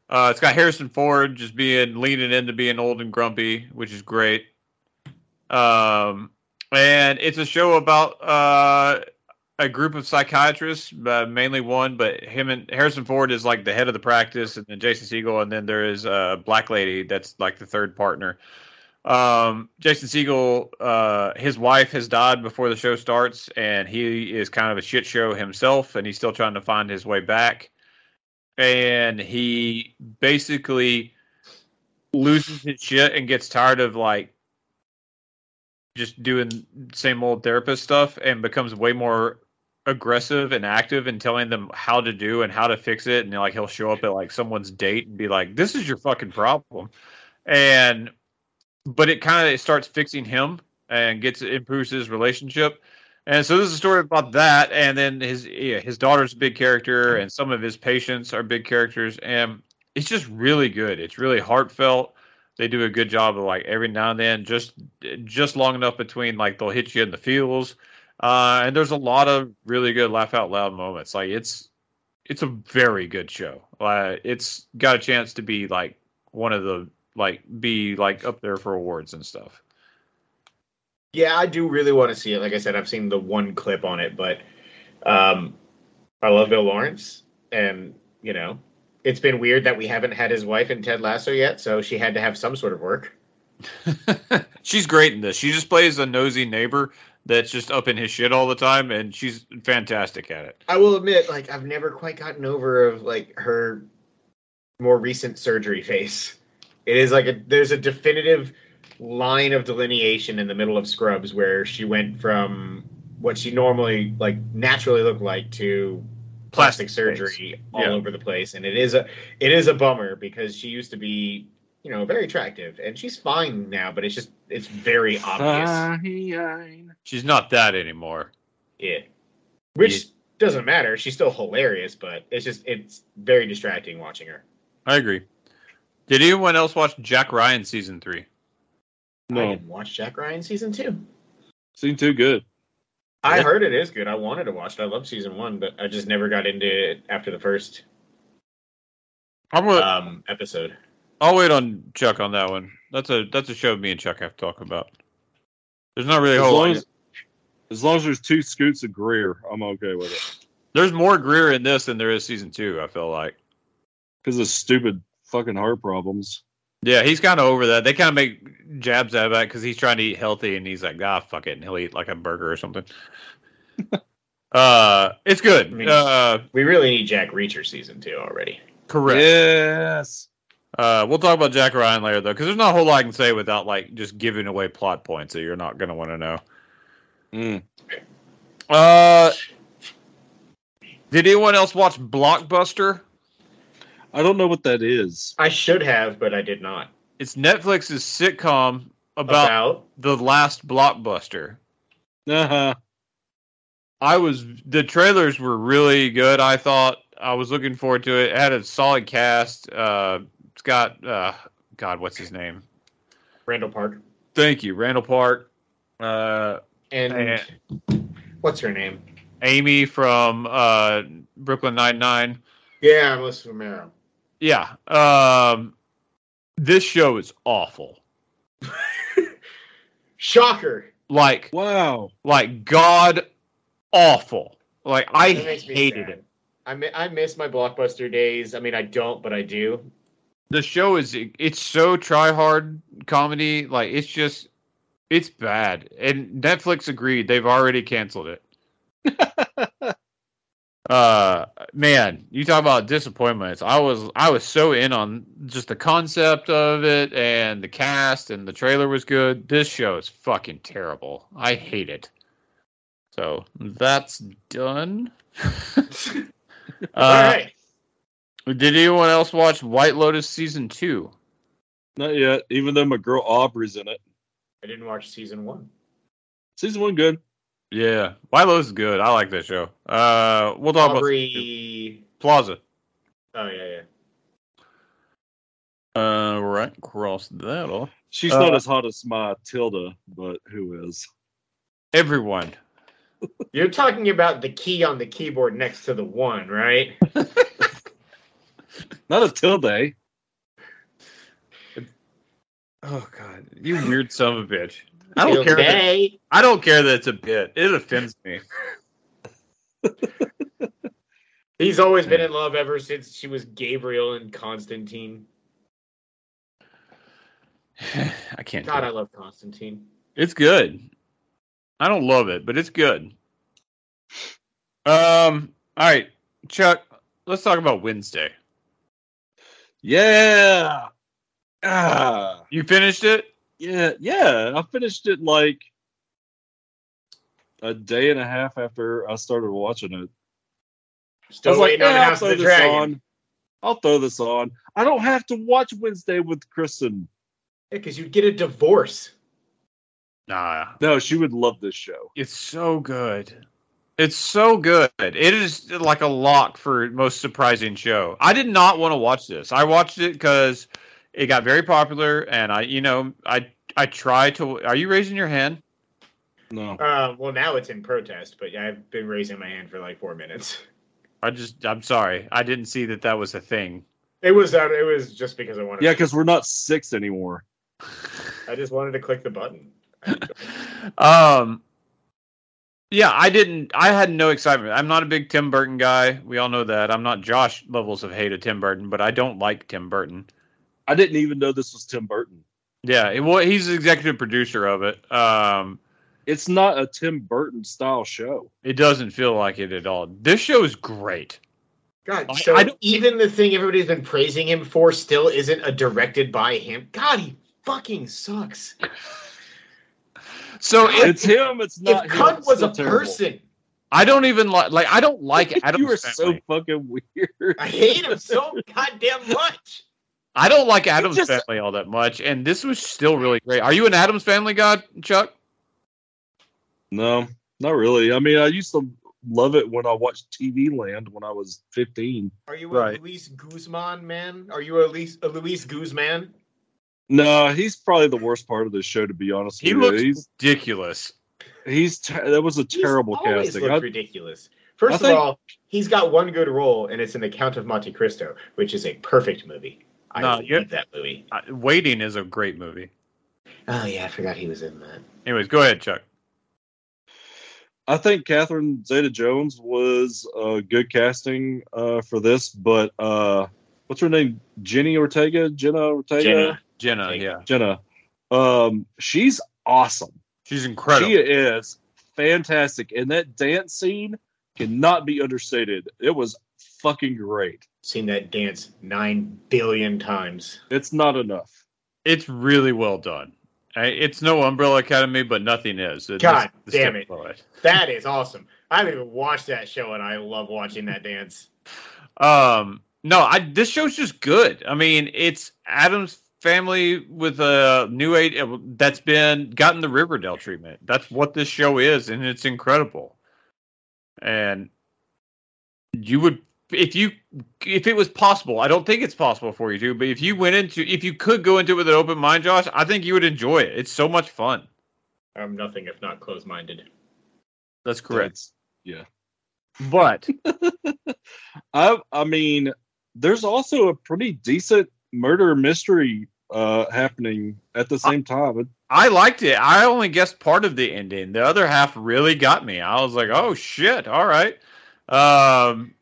Speaker 1: Uh, it's got Harrison Ford just being leaning into being old and grumpy, which is great. Um, and it's a show about uh, a group of psychiatrists, uh, mainly one, but him and Harrison Ford is like the head of the practice, and then Jason Siegel, and then there is a black lady that's like the third partner. Um, Jason Siegel, uh, his wife has died before the show starts, and he is kind of a shit show himself, and he's still trying to find his way back and he basically loses his shit and gets tired of like just doing same old therapist stuff and becomes way more aggressive and active and telling them how to do and how to fix it and like he'll show up at like someone's date and be like this is your fucking problem and but it kind of starts fixing him and gets improves his relationship and so this is a story about that, and then his yeah, his daughter's a big character, and some of his patients are big characters, and it's just really good. It's really heartfelt. They do a good job of like every now and then, just just long enough between like they'll hit you in the feels, uh, and there's a lot of really good laugh out loud moments. Like it's it's a very good show. Uh, it's got a chance to be like one of the like be like up there for awards and stuff.
Speaker 3: Yeah, I do really want to see it. Like I said, I've seen the one clip on it, but um, I love Bill Lawrence, and you know, it's been weird that we haven't had his wife in Ted Lasso yet, so she had to have some sort of work.
Speaker 1: she's great in this. She just plays a nosy neighbor that's just up in his shit all the time, and she's fantastic at it.
Speaker 3: I will admit, like I've never quite gotten over of like her more recent surgery face. It is like a, there's a definitive line of delineation in the middle of Scrubs where she went from what she normally like naturally looked like to plastic surgery all
Speaker 1: Yeah.
Speaker 3: over the place and it is a it is a bummer because she used to be you know very attractive and she's fine now but it's just it's very obvious
Speaker 2: fine.
Speaker 1: She's not that anymore.
Speaker 3: yeah which doesn't matter she's still hilarious but it's just it's very distracting watching her
Speaker 1: I agree. Did anyone else watch Jack Ryan season three?
Speaker 3: i
Speaker 2: No,
Speaker 3: didn't watch jack ryan season two
Speaker 2: seemed too good.
Speaker 3: I heard it is good. I wanted to watch it. I love season one, but I just never got into it after the first
Speaker 1: I'm gonna,
Speaker 3: um, episode.
Speaker 1: I'll wait on Chuck on that one. That's a that's a show me and Chuck have to talk about. There's not really a
Speaker 2: As
Speaker 1: whole.
Speaker 2: long
Speaker 1: lot.
Speaker 2: as, as long as there's two scoots of Greer, I'm okay with it.
Speaker 1: There's more Greer in this than there is season two. I feel like.
Speaker 2: Because of stupid fucking heart problems.
Speaker 1: Yeah, he's kind of over that. They kind of make jabs at that because he's trying to eat healthy, and he's like, "Ah, fuck it," and he'll eat like a burger or something. uh, it's
Speaker 3: I
Speaker 1: good.
Speaker 3: mean-
Speaker 1: Uh,
Speaker 3: We really need Jack Reacher season two already.
Speaker 1: correct.
Speaker 2: Yes.
Speaker 1: Uh, we'll talk about Jack Ryan later though, because there's not a whole lot I can say without like just giving away plot points that you're not gonna want to know.
Speaker 2: Mm.
Speaker 1: Uh, did anyone else watch Blockbuster?
Speaker 2: I don't know what that is.
Speaker 3: I should have, but I did not.
Speaker 1: It's Netflix's sitcom about,
Speaker 3: About
Speaker 1: the last Blockbuster.
Speaker 2: Uh-huh.
Speaker 1: I was the trailers were really good. I thought I was looking forward to it. It had a solid cast. Uh, it's got uh, God, what's his name?
Speaker 3: Randall Park
Speaker 1: Thank you, Randall Park. Uh,
Speaker 3: and
Speaker 1: And-
Speaker 3: what's her name?
Speaker 1: Amy from uh, Brooklyn Nine Nine.
Speaker 3: Yeah, Melissa Romero.
Speaker 1: Yeah. Um, this show is awful.
Speaker 3: Shocker.
Speaker 1: Like,
Speaker 2: Wow.
Speaker 1: like God awful. Like I
Speaker 3: That makes me
Speaker 1: hated
Speaker 3: sad.
Speaker 1: it.
Speaker 3: I mi- I miss my blockbuster days. I mean, I don't, but I do.
Speaker 1: The show is it's so try hard comedy. Like it's just it's bad. And Netflix agreed. They've already canceled it. uh man you talk about disappointments i was i was so in on just the concept of it and the cast and the trailer was good this show is fucking terrible i hate it so that's done
Speaker 3: All
Speaker 1: uh,
Speaker 3: right.
Speaker 1: did anyone else watch white lotus season two
Speaker 2: Not yet, even though my girl Aubrey's in it.
Speaker 3: I didn't watch season one.
Speaker 2: Season one good.
Speaker 1: yeah white lotus is good i like that show uh we'll talk about
Speaker 3: Aubrey.
Speaker 1: plaza
Speaker 3: Oh yeah, yeah.
Speaker 1: uh right cross that off
Speaker 2: She's
Speaker 1: Uh,
Speaker 2: not as hot as my Tilda, but who is?
Speaker 1: everyone
Speaker 3: You're talking about the key on the keyboard next to the one, right?
Speaker 2: Not a eh? Tilde.
Speaker 1: Oh god, you weird son of a bitch. I don't care. That,
Speaker 3: Today,
Speaker 1: I don't care that it's a bit. It offends me.
Speaker 3: he's always been in love ever since she was Gabriel and Constantine.
Speaker 1: I can't. do
Speaker 3: God, I
Speaker 1: it.
Speaker 3: love Constantine.
Speaker 1: It's good. I don't love it, but it's good. Um. All right, Chuck. Let's talk about Wednesday.
Speaker 2: Yeah. Ah.
Speaker 1: You finished it?
Speaker 2: Yeah. Yeah. I finished it like a day and a half after I started watching it. I
Speaker 3: Still
Speaker 2: was like,
Speaker 3: waiting on
Speaker 2: yeah, I'll
Speaker 3: House
Speaker 2: throw
Speaker 3: of the
Speaker 2: this
Speaker 3: Dragon.
Speaker 2: on. I'll throw this on. I don't have to watch Wednesday with Kristen.
Speaker 3: Because you'd get a divorce.
Speaker 1: Nah.
Speaker 2: No, she would love this show.
Speaker 1: It's so good. It's so good. It is like a lock for most surprising show. I did not want to watch this. I watched it because it got very popular, and I, you know, I I try to. Are you raising your hand?
Speaker 2: No.
Speaker 3: Uh, well, now it's in protest, but I've been raising my hand for like four minutes.
Speaker 1: I just, I'm sorry, I didn't see that that was a thing.
Speaker 3: It was uh, it was just because I wanted.
Speaker 2: Yeah, because we're not six anymore.
Speaker 3: I just wanted to click the button.
Speaker 1: um, yeah, I didn't. I had no excitement. I'm not a big Tim Burton guy. We all know that. I'm not Josh levels of hate of Tim Burton, but I don't like Tim Burton.
Speaker 2: I didn't even know this was Tim Burton.
Speaker 1: Yeah, it, well, he's the executive producer of it. Um,
Speaker 2: It's not a Tim Burton style show.
Speaker 1: it doesn't feel like it at all. This show is great. I-
Speaker 3: God, so
Speaker 1: I don't-
Speaker 3: even the thing everybody's been praising him for still isn't a directed by him. God, he fucking sucks.
Speaker 1: So it,
Speaker 2: It's him. It's not.
Speaker 3: if
Speaker 2: him.
Speaker 3: Cunt
Speaker 2: It's
Speaker 3: was
Speaker 2: still
Speaker 3: a
Speaker 2: terrible.
Speaker 3: person,
Speaker 1: I don't even like. Like I don't like Adam's
Speaker 2: you are so
Speaker 1: family.
Speaker 2: fucking weird.
Speaker 3: I hate him so goddamn much.
Speaker 1: I don't like Adam's
Speaker 2: just-
Speaker 1: family all that much, and this was still really great. Are you an Adam's family guy, Chuck?
Speaker 2: No, not really. I mean, I used to love it when I watched TV Land when I was 15.
Speaker 3: Are you a
Speaker 1: Right.
Speaker 3: Luis Guzman man? Are you a Luis a Luis Guzman?
Speaker 2: No, he's probably the worst part of this show, to be honest
Speaker 1: He
Speaker 2: with
Speaker 1: looks
Speaker 2: you. He's,
Speaker 1: ridiculous.
Speaker 2: He's ter- that was a
Speaker 3: He's
Speaker 2: terrible
Speaker 3: always
Speaker 2: casting.
Speaker 3: looked
Speaker 2: I-
Speaker 3: ridiculous. First
Speaker 2: I
Speaker 3: of
Speaker 2: think-
Speaker 3: all, he's got one good role, and it's in The Count of Monte Cristo, which is a perfect movie. I
Speaker 1: Nah,
Speaker 3: love
Speaker 1: yep.
Speaker 3: that movie.
Speaker 1: Uh, Waiting is a great movie.
Speaker 3: Oh yeah, I forgot he was in that.
Speaker 1: Anyways, go ahead, Chuck.
Speaker 2: I think Catherine Zeta-Jones was uh, good casting uh, for this, but uh, what's her name? Jenny Ortega, Jenna Ortega,
Speaker 3: Jenna.
Speaker 1: Jenna,
Speaker 3: Thank you.
Speaker 1: yeah,
Speaker 2: Jenna. Um, she's awesome.
Speaker 1: she's incredible.
Speaker 2: She is fantastic, and that dance scene cannot be understated. It was fucking great.
Speaker 3: Seen that dance nine billion times.
Speaker 2: It's not enough.
Speaker 1: it's really well done. I, it's no Umbrella Academy, but nothing is. It
Speaker 3: God
Speaker 1: just- the
Speaker 3: damn
Speaker 1: step
Speaker 3: it.
Speaker 1: below it.
Speaker 3: That is awesome. I haven't even watched that show, and I love watching that dance.
Speaker 1: Um, no, I this show's just good. I mean, it's Adam's family with a new age uh, that's been gotten the Riverdale treatment. That's what this show is, and it's incredible. And you would if you if it was possible, I don't think it's possible for you to, but if you went into if you could go into it with an open mind, Josh, I think you would enjoy it. It's so much fun.
Speaker 3: I'm nothing if not closed-minded.
Speaker 1: That's correct.
Speaker 2: That's-
Speaker 1: But
Speaker 2: I I mean, there's also a pretty decent murder mystery uh, happening at the same time. It-
Speaker 1: I liked it. I only guessed part of the ending. The other half really got me. I was like, "Oh shit! All right." Um,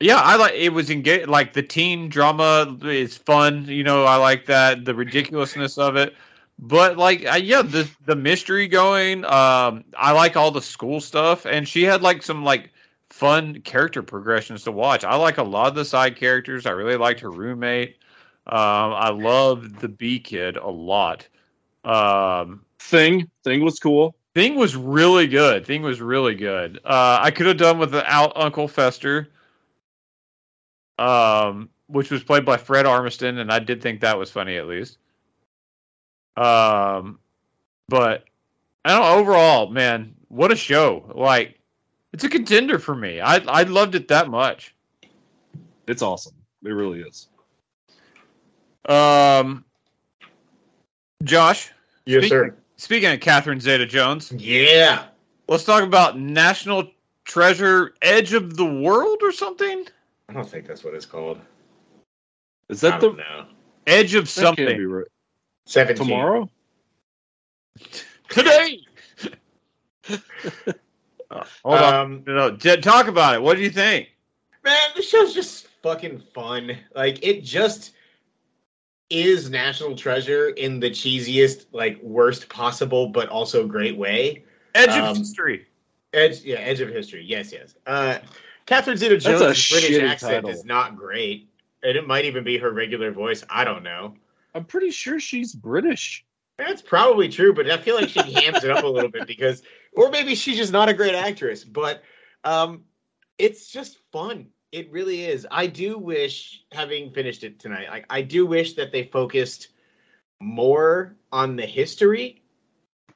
Speaker 1: yeah, I like it was engaged. Like the teen drama is fun. You know, I like that the ridiculousness of it. But like, I, yeah, the the mystery going. Um, I like all the school stuff, and she had like some like fun character progressions to watch. I like a lot of the side characters. I really liked her roommate. Um, I love the B kid a lot. Um,
Speaker 2: Thing thing was cool.
Speaker 1: Thing was really good. Thing was really good. Uh, I could have done without Uncle Fester, um, which was played by Fred Armiston, and I did think that was funny at least. Um, but I don't. Overall, man, what a show! Like, it's a contender for me. I I loved it that much.
Speaker 2: It's awesome. It really is.
Speaker 1: Um, Josh,
Speaker 3: Yes,
Speaker 1: sir. speaking of Catherine Zeta Jones,
Speaker 3: Yeah.
Speaker 1: let's talk about National Treasure Edge of the World or something?
Speaker 3: I don't think that's what it's called.
Speaker 2: Is
Speaker 3: I
Speaker 2: that the
Speaker 3: don't know.
Speaker 1: Edge of
Speaker 2: that can't
Speaker 1: something.
Speaker 2: be right.
Speaker 3: Seventeen.
Speaker 2: tomorrow?
Speaker 1: Today! Uh, hold on.
Speaker 3: Um,
Speaker 1: No, no, J- talk about it. What do you think?
Speaker 3: man, the show's just fucking fun. Like it just is National Treasure in the cheesiest, like worst possible, but also great way.
Speaker 1: Edge
Speaker 3: Um,
Speaker 1: of history.
Speaker 3: Edge, yeah, Edge of History. Yes, yes. Uh, Catherine Zeta
Speaker 2: That's a
Speaker 3: Jones' British
Speaker 2: shitty
Speaker 3: accent
Speaker 2: title.
Speaker 3: is not great, and it might even be her regular voice. I don't know.
Speaker 2: I'm pretty sure she's British.
Speaker 3: That's probably true, but I feel like she hams it up a little bit because, or maybe she's just not a great actress. But um, it's just fun. It really is. I do wish, having finished it tonight, like I do wish that they focused more on the history,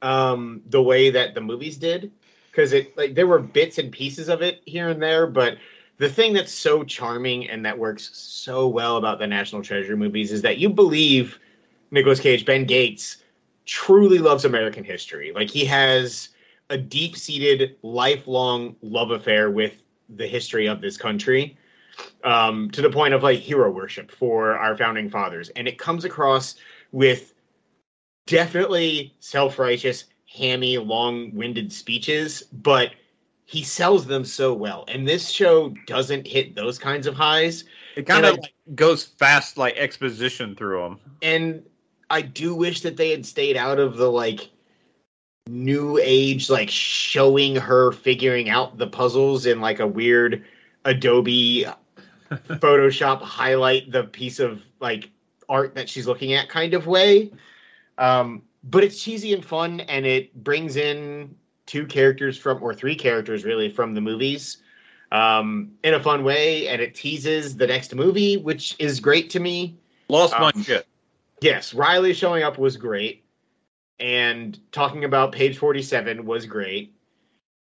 Speaker 3: um, the way that the movies did, because it like there were bits and pieces of it here and there, but. The thing that's so charming and that works so well about the National Treasure movies is that you believe Nicolas Cage, Ben Gates, truly loves American history. Like he has a deep-seated, lifelong love affair with the history of this country, um, to the point of like hero worship for our founding fathers, and it comes across with definitely self-righteous, hammy, long-winded speeches, but he sells them so well. And this show doesn't hit those kinds of highs.
Speaker 1: It kind of
Speaker 3: and I-
Speaker 1: like, goes fast, like exposition through them.
Speaker 3: and I do wish that they had stayed out of the like new age, like showing her figuring out the puzzles in like a weird Adobe Photoshop highlight the piece of like art that she's looking at kind of way. Um, but it's cheesy and fun, and it brings in two characters from or three characters really from the movies um, in a fun way, and it teases the next movie, which is great to me
Speaker 1: Lost my
Speaker 3: Um,
Speaker 1: shit.
Speaker 3: yes, Riley showing up was great, and talking about page forty-seven was great.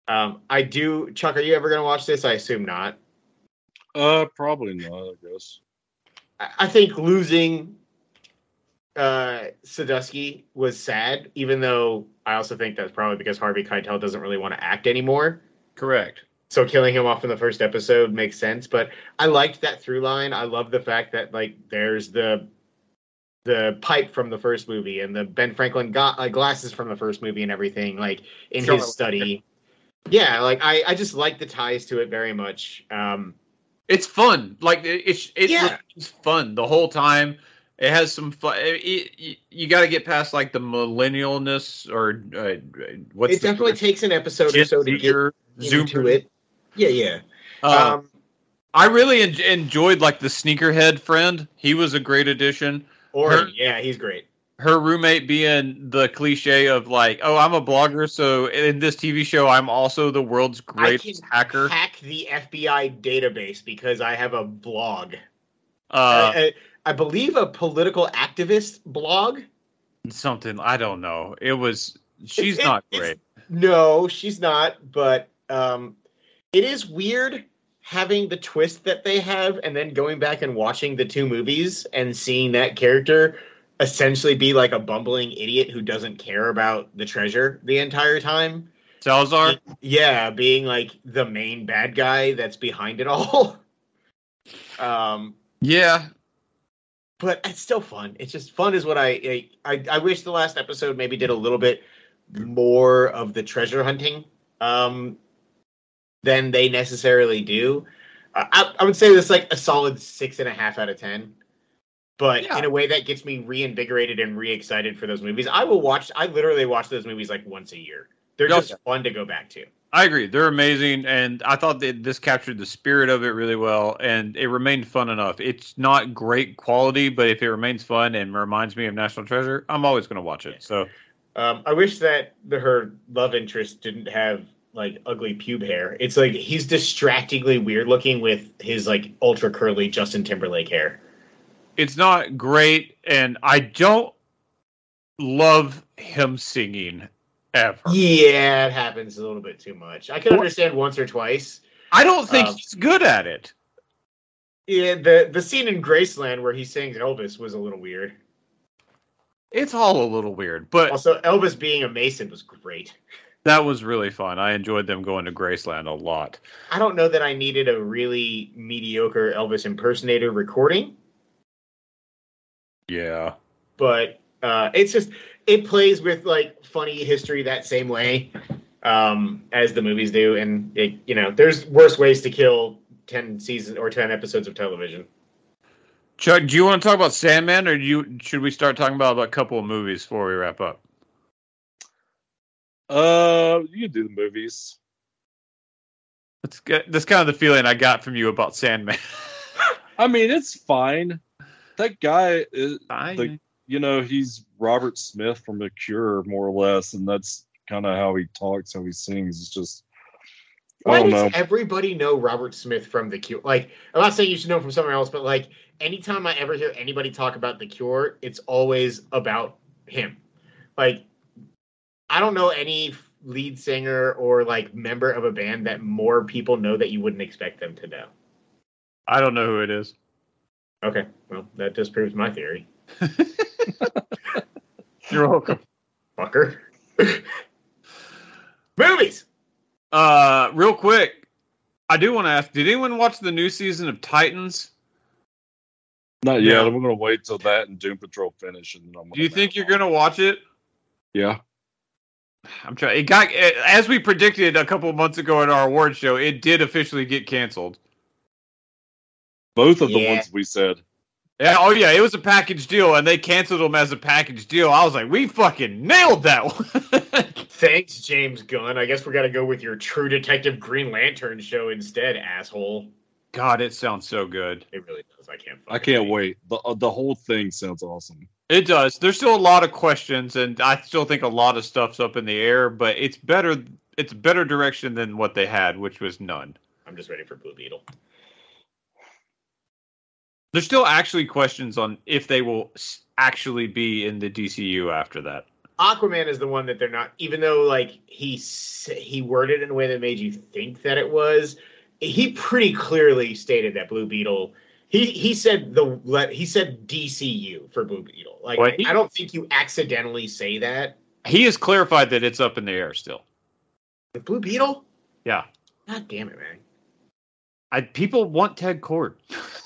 Speaker 3: Um, I do, Chuck. Are you ever going to watch this? I assume not.
Speaker 2: Uh, probably not. I guess.
Speaker 3: I, I think losing uh, Sadusky was sad, even though I also think that's probably because Harvey Keitel doesn't really want to act anymore.
Speaker 1: Correct.
Speaker 3: So killing him off in the first episode makes sense. But I liked that through line. I love the fact that like there's the the pipe from the first movie and the Ben Franklin got uh, glasses from the first movie and everything like in
Speaker 1: Sure.
Speaker 3: his study. Yeah, like I, I just like the ties to it very much. Um,
Speaker 1: It's fun. Like it- it's it's
Speaker 3: Yeah.
Speaker 1: it's fun the whole time. It has some fun. you got to get past like the millennialness or uh, what's
Speaker 3: it
Speaker 1: the
Speaker 3: definitely takes an episode or so to get
Speaker 1: Zoomer.
Speaker 3: into it. Yeah, yeah.
Speaker 1: Um,
Speaker 3: um,
Speaker 1: I really en- enjoyed like the sneakerhead friend. He was a great addition.
Speaker 3: or
Speaker 1: her-
Speaker 3: yeah, he's great.
Speaker 1: Her roommate being the cliche of like, oh, I'm a blogger, so in this TV show, I'm also the world's greatest
Speaker 3: can
Speaker 1: hacker.
Speaker 3: Hack the FBI database because I have a blog.
Speaker 1: Uh,
Speaker 3: I, I- I believe a political activist blog.
Speaker 1: something I don't know. It was she's
Speaker 3: It- it-
Speaker 1: not
Speaker 3: it's-
Speaker 1: great.
Speaker 3: No, she's not, but um, it is weird having the twist that they have and then going back and watching the two movies and seeing that character essentially be like a bumbling idiot who doesn't care about the treasure the entire time.
Speaker 1: Salazar.
Speaker 3: Yeah, being like the main bad guy that's behind it all. um
Speaker 1: Yeah,
Speaker 3: but it's still fun. It's just fun is what I I, I I wish the last episode maybe did a little bit more of the treasure hunting um, than they necessarily do. Uh, I, I would say this like a solid six and a half out of ten, but
Speaker 1: Yeah.
Speaker 3: in a way that gets me reinvigorated and re-excited for those movies. I will watch. I literally watch those movies like once a year. They're
Speaker 1: Yeah.
Speaker 3: just fun to go back to.
Speaker 1: I agree. They're amazing, and I thought that this captured the spirit of it really well, and it remained fun enough. It's not great quality, but if it remains fun and reminds me of National Treasure, I'm always going to watch it. So
Speaker 3: Um, I wish that the, her love interest didn't have like ugly pube hair. It's like he's distractingly weird looking with his like ultra curly Justin Timberlake hair.
Speaker 1: it's not great, and I don't love him singing ever.
Speaker 3: Yeah, it happens a little bit too much. I can understand once or twice.
Speaker 1: I don't think
Speaker 3: Um,
Speaker 1: he's good at it.
Speaker 3: Yeah, the the scene in Graceland where he sings Elvis was a little weird.
Speaker 1: It's all a little weird, but
Speaker 3: Also, Elvis being a Mason was great.
Speaker 1: that was really fun. I enjoyed them going to Graceland a lot.
Speaker 3: I don't know that I needed a really mediocre Elvis impersonator recording.
Speaker 1: Yeah.
Speaker 3: but uh, it's just it plays with like funny history that same way um, as the movies do, and it you know there's worse ways to kill ten season or ten episodes of television.
Speaker 1: Chuck, do you want to talk about Sandman, or do you should we start talking about a couple of movies before we wrap up?
Speaker 2: Uh, you can do the movies.
Speaker 1: That's good. That's kind of the feeling I got from you about Sandman.
Speaker 2: I mean, it's fine. That guy, is,
Speaker 1: I,
Speaker 2: you know, he's Robert Smith from The Cure, more or less, and that's kind of how he talks, how he sings. It's just,
Speaker 3: Why
Speaker 2: I don't
Speaker 3: does
Speaker 2: know.
Speaker 3: everybody know Robert Smith from The Cure? Like, I'm not saying you should know him from somewhere else, but like, anytime I ever hear anybody talk about The Cure, it's always about him. Like, I don't know any f- lead singer or like member of a band that more people know that you wouldn't expect them to know.
Speaker 1: I don't know who it is.
Speaker 3: Okay, well, that disproves my theory,
Speaker 1: You're welcome.
Speaker 3: fucker. Movies.
Speaker 1: Uh, real quick, I do want to ask: Did anyone watch the new season of Titans?
Speaker 2: Not yet.
Speaker 1: Yeah.
Speaker 2: I'm gonna wait till that and Doom Patrol finish, and then I'm.
Speaker 1: Do you think you're gonna watch it?
Speaker 2: Yeah.
Speaker 1: I'm trying. It got as we predicted a couple of months ago at our award show. It did officially get canceled.
Speaker 2: Both of the
Speaker 3: Yeah.
Speaker 2: ones we said.
Speaker 1: Yeah, oh yeah, it was a package deal, and they canceled them as a package deal. I was like, we fucking nailed that one.
Speaker 3: Thanks, James Gunn. I guess we got to go with your True Detective Green Lantern show instead, asshole.
Speaker 1: God, it sounds so good.
Speaker 3: It really does. I can't.
Speaker 2: I
Speaker 3: fucking
Speaker 2: can't wait. The uh, the whole thing sounds awesome.
Speaker 1: It does. There's still a lot of questions, and I still think a lot of stuff's up in the air. But it's better. It's better direction than what they had, which was none.
Speaker 3: I'm just ready for Blue Beetle.
Speaker 1: There's still actually questions on if they will s- actually be in the DCU after that.
Speaker 3: Aquaman is the one that they're not. Even though like he s- he worded it in a way that made you think that it was, he pretty clearly stated that Blue Beetle. He he said the let he said DCU for Blue Beetle. Like
Speaker 1: Wait.
Speaker 3: I don't think you accidentally say that.
Speaker 1: He has clarified that it's up in the air still.
Speaker 3: The Blue Beetle?
Speaker 1: Yeah.
Speaker 3: God damn it, man.
Speaker 1: I, people want Ted Cord.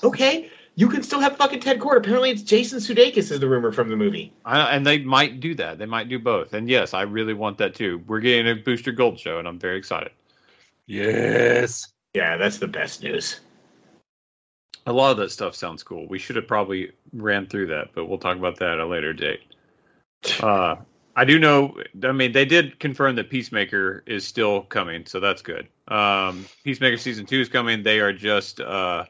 Speaker 3: Okay. You can still have fucking Ted Cord. Apparently it's Jason Sudeikis is the rumor from the movie.
Speaker 1: I, and they might do that. They might do both. And yes, I really want that too. We're getting a Booster Gold show, and I'm very excited.
Speaker 2: Yes.
Speaker 3: Yeah, that's the best news.
Speaker 1: A lot of that stuff sounds cool. We should have probably ran through that, but we'll talk about that at a later date. Uh, I do know. I mean, they did confirm that Peacemaker is still coming, so that's good. Um, Peacemaker season two is coming. They are just uh,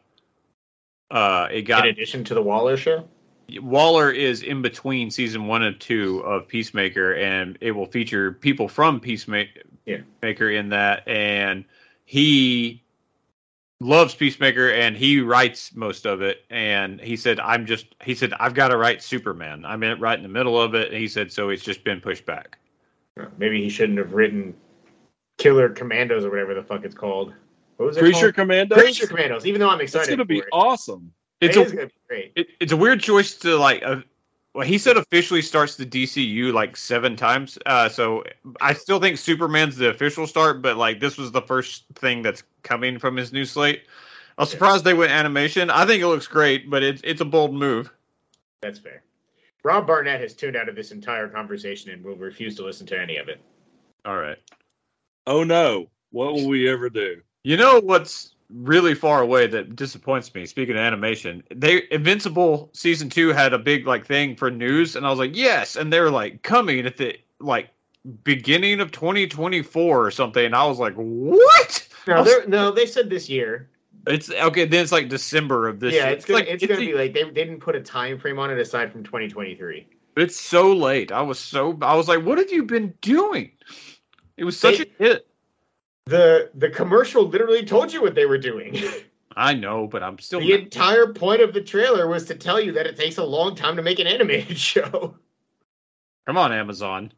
Speaker 1: uh, it got
Speaker 3: In addition to the Waller show.
Speaker 1: Waller is in between season one and two of Peacemaker, and it will feature people from Peacemaker
Speaker 3: Yeah.
Speaker 1: in that. And he loves Peacemaker, and he writes most of it. And he said, "I'm just," he said, "I've got to write Superman. I'm in, right in the middle of it." And he said, "So it's just been pushed back."
Speaker 3: Uh, Maybe he shouldn't have written Killer Commandos or whatever the fuck it's called. What was it
Speaker 2: Creature
Speaker 3: called?
Speaker 2: Commandos.
Speaker 3: Creature Commandos. Even though I'm
Speaker 2: That's
Speaker 3: excited,
Speaker 2: going to be
Speaker 3: for it.
Speaker 2: awesome.
Speaker 1: It's
Speaker 3: It
Speaker 1: a
Speaker 3: is gonna be great.
Speaker 1: it, it's a weird choice to like. Uh, well, he said officially starts the DCU like seven times. Uh, so I still think Superman's the official start, but like this was the first thing that's coming from his new slate. I was
Speaker 3: Yeah.
Speaker 1: surprised they went animation. I think it looks great, but it's it's a bold move.
Speaker 3: That's fair. Rob Barnett has tuned out of this entire conversation and will refuse to listen to any of it.
Speaker 1: All right.
Speaker 2: Oh no. What will we ever do?
Speaker 1: You know what's really far away that disappoints me. Speaking of animation, they Invincible season two had a big like thing for news, and I was like, yes, and they were like coming at the like beginning of 2024 or something, and I was like, what?
Speaker 3: No, they're- no, they said this year.
Speaker 1: It's okay. Then it's like December of this.
Speaker 3: yeah,
Speaker 1: year.
Speaker 3: it's gonna,
Speaker 1: like e,
Speaker 3: it's, gonna be like they, they didn't put a time frame on it aside from 2023.
Speaker 1: it's so late. I was so I was like, what have you been doing? It was such
Speaker 3: They-
Speaker 1: a hit.
Speaker 3: The the commercial literally told you what they were doing.
Speaker 1: I know, but I'm still
Speaker 3: the
Speaker 1: mad.
Speaker 3: entire point of the trailer was to tell you that it takes a long time to make an animated show.
Speaker 1: come on Amazon.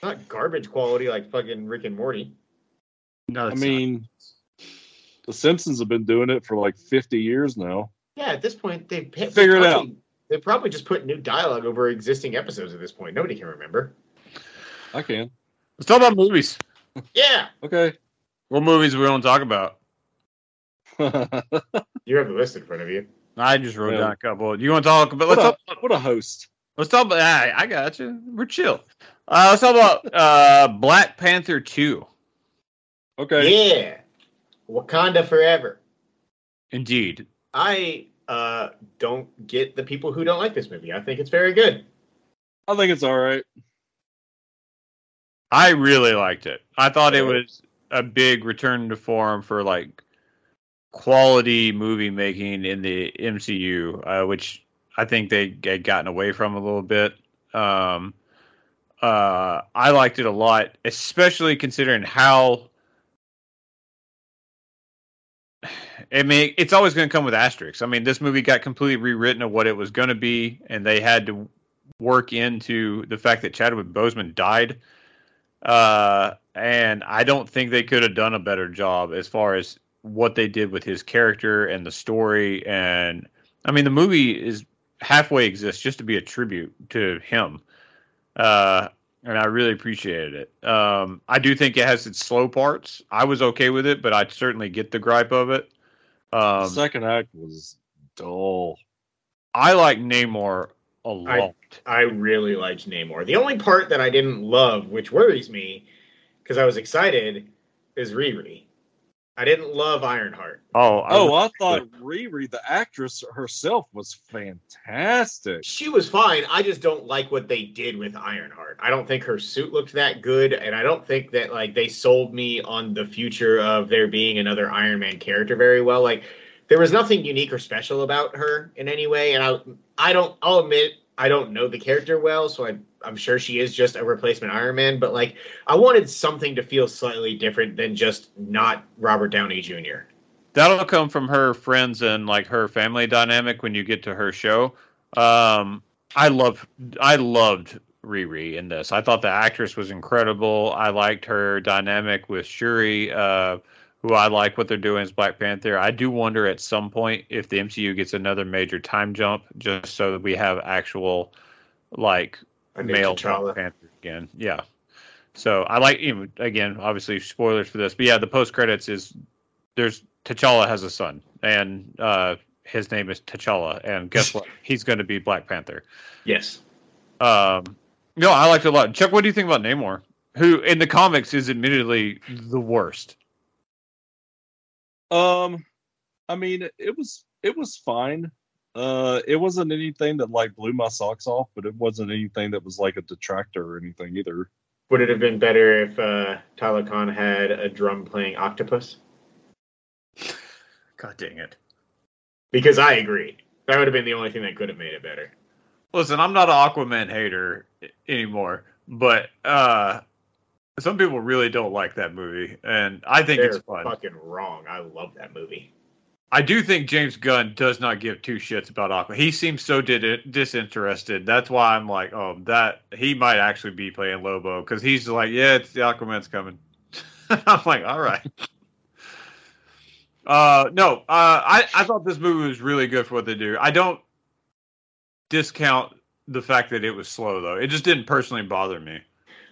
Speaker 3: Not garbage quality like fucking Rick and Morty.
Speaker 1: No,
Speaker 2: I
Speaker 1: it's not.
Speaker 2: mean, the Simpsons have been doing it for like 50 years now.
Speaker 3: Yeah, at this point they they
Speaker 2: Figure it
Speaker 3: probably- They probably just put new dialogue over existing episodes at this point. Nobody can remember.
Speaker 2: I can.
Speaker 1: let's talk about movies.
Speaker 3: Yeah,
Speaker 2: Okay.
Speaker 1: What movies we want to talk about?
Speaker 2: what
Speaker 3: you have the list in front of you.
Speaker 1: I just wrote
Speaker 2: Yeah.
Speaker 1: down a couple. You want to talk about? Let's
Speaker 2: a,
Speaker 1: talk.
Speaker 2: what a host.
Speaker 1: Let's talk about. I, I got you. We're chill. Uh, let's talk about uh, Black Panther two.
Speaker 2: Okay.
Speaker 3: Yeah, Wakanda forever.
Speaker 1: Indeed,
Speaker 3: I uh, don't get the people who don't like this movie. I think it's very good.
Speaker 2: I think it's all right.
Speaker 1: I really liked it. I thought
Speaker 2: Uh,
Speaker 1: it was a big return to form for like quality movie making in the MCU, uh, which I think they had gotten away from a little bit. Um, uh, I liked it a lot, especially considering how. I mean, it's always going to come with asterisks. I mean, this movie got completely rewritten of what it was going to be, and they had to work into the fact that Chadwick Boseman died uh, and I don't think they could have done a better job as far as what they did with his character and the story. And I mean, the movie is halfway exists just to be a tribute to him, uh, and I really appreciated it. Um, I do think it has its slow parts. I was okay with it, but I certainly get the gripe of it.
Speaker 2: The
Speaker 1: Um,
Speaker 2: second act was dull.
Speaker 1: I like Namor a lot.
Speaker 3: I really liked Namor. The only part that I didn't love, which worries me, because I was excited, is Riri. I didn't love Ironheart.
Speaker 1: oh, I,
Speaker 2: Oh, I thought Riri, the actress herself, was fantastic.
Speaker 3: She was fine. I just don't like what they did with Ironheart. I don't think her suit looked that good, and I don't think that like they sold me on the future of there being another Iron Man character very well. Like there was nothing unique or special about her in any way, and I I don't I'll admit I don't know the character well, so I I'm sure she is just a replacement Iron Man, but like I wanted something to feel slightly different than just not Robert Downey Jr.
Speaker 1: that'll come from her friends and like her family dynamic when you get to her show. Um, I love, I loved Riri in this. I thought the actress was incredible. I liked her dynamic with Shuri. Uh, who I like what they're doing is Black Panther. I do wonder at some point if the MCU gets another major time jump, just so that we have actual like
Speaker 3: I mean,
Speaker 1: male Black
Speaker 3: T'Challa.
Speaker 1: Panther again. Yeah. So I like you know, again, obviously spoilers for this, but yeah, the post credits is there's T'Challa has a son, and uh, his name is T'Challa, and guess what? He's going to be Black Panther.
Speaker 3: Yes.
Speaker 1: Um, no, I liked it a lot. Chuck, what do you think about Namor? Who in the comics is admittedly the worst.
Speaker 2: Um, I mean, it was it was fine. Uh, it wasn't anything that like blew my socks off, but it wasn't anything that was like a detractor or anything either.
Speaker 3: Would it have been better if uh, Tyler Khan had a drum playing octopus?
Speaker 1: God dang it.
Speaker 3: Because I agree. That would have been the only thing that could have made it better.
Speaker 1: Listen, I'm not an Aquaman hater i- anymore, but uh, some people really don't like that movie, and I think it's
Speaker 3: They're
Speaker 1: fun.
Speaker 3: fucking wrong. I love that movie.
Speaker 1: I do think James Gunn does not give two shits about Aquaman. He seems so did- disinterested. That's why I'm like, oh, that he might actually be playing Lobo because he's like, yeah, it's the Aquaman's coming. I'm like, all right. Uh, no, uh, I I thought this movie was really good for what they do. I don't discount the fact that it was slow though. It just didn't personally bother me.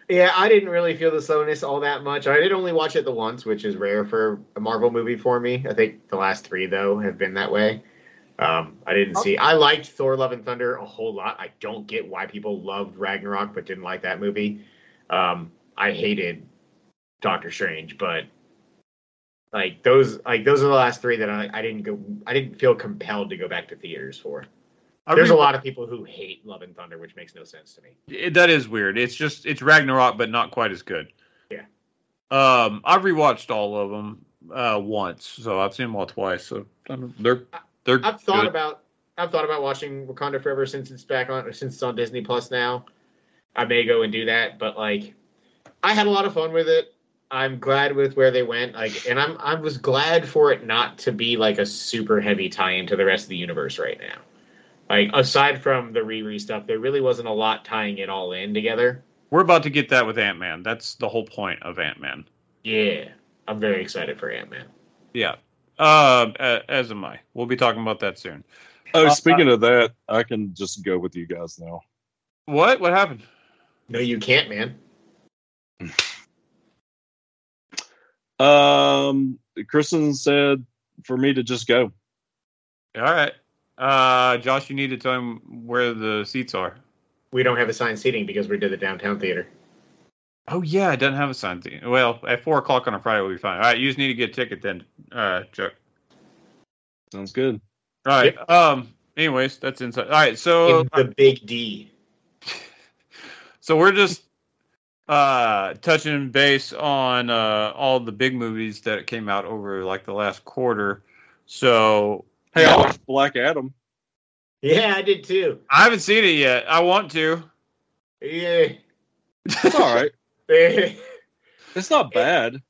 Speaker 3: Yeah, I didn't really feel the slowness all that much. I did only watch it the once, which is rare for a Marvel movie for me. I think the last three though have been that way. Um, I didn't see. I liked Thor: Love and Thunder a whole lot. I don't get why people loved Ragnarok but didn't like that movie. Um, I hated Doctor Strange, but like those, like those are the last three that I, I didn't go. I didn't feel compelled to go back to theaters for.
Speaker 1: I
Speaker 3: There's a
Speaker 1: re-
Speaker 3: lot of people who hate Love and Thunder, which makes no sense to me.
Speaker 1: It, that is weird. It's just it's Ragnarok, but not quite as good.
Speaker 3: Yeah.
Speaker 1: Um, I've rewatched all of them uh, once, so I've seen them all twice. So I don't- they're they're
Speaker 3: I've thought
Speaker 1: good.
Speaker 3: about I've thought about watching Wakanda Forever since it's back on since it's on Disney Plus now. I may go and do that, but like I had a lot of fun with it. I'm glad with where they went. Like and I'm I was glad for it not to be like a super heavy tie into the rest of the universe right now. Like aside from the Riri stuff, there really wasn't a lot tying it all in together.
Speaker 1: We're about to get that with Ant Man. That's the whole point of Ant Man.
Speaker 3: Yeah. I'm very excited for Ant Man.
Speaker 1: Yeah. Um, a- as am I. We'll be talking about that soon.
Speaker 2: Oh,
Speaker 1: Uh,
Speaker 2: speaking of that, I can just go with you guys now.
Speaker 1: What? What happened?
Speaker 3: No, you can't, man.
Speaker 2: Um, Kristen said for me to just go.
Speaker 1: All right. Uh, Josh, you need to tell him where the seats are.
Speaker 3: We don't have assigned seating because we did the downtown theater.
Speaker 1: Oh yeah, it doesn't have a sign. thing. Well, at four o'clock on a Friday, we'll be fine. All right, you just need to get a ticket then, uh, Chuck.
Speaker 2: Sounds good.
Speaker 1: All right. Um. Anyways, that's inside. All right. So
Speaker 3: In the big D.
Speaker 1: so we're just uh touching base on uh all the big movies that came out over like the last quarter. So
Speaker 2: Hey, I watched Black Adam.
Speaker 3: Yeah, I did too.
Speaker 1: I haven't seen it yet. I want to.
Speaker 3: Yeah.
Speaker 2: It's all right.
Speaker 3: it's,
Speaker 2: It's not bad.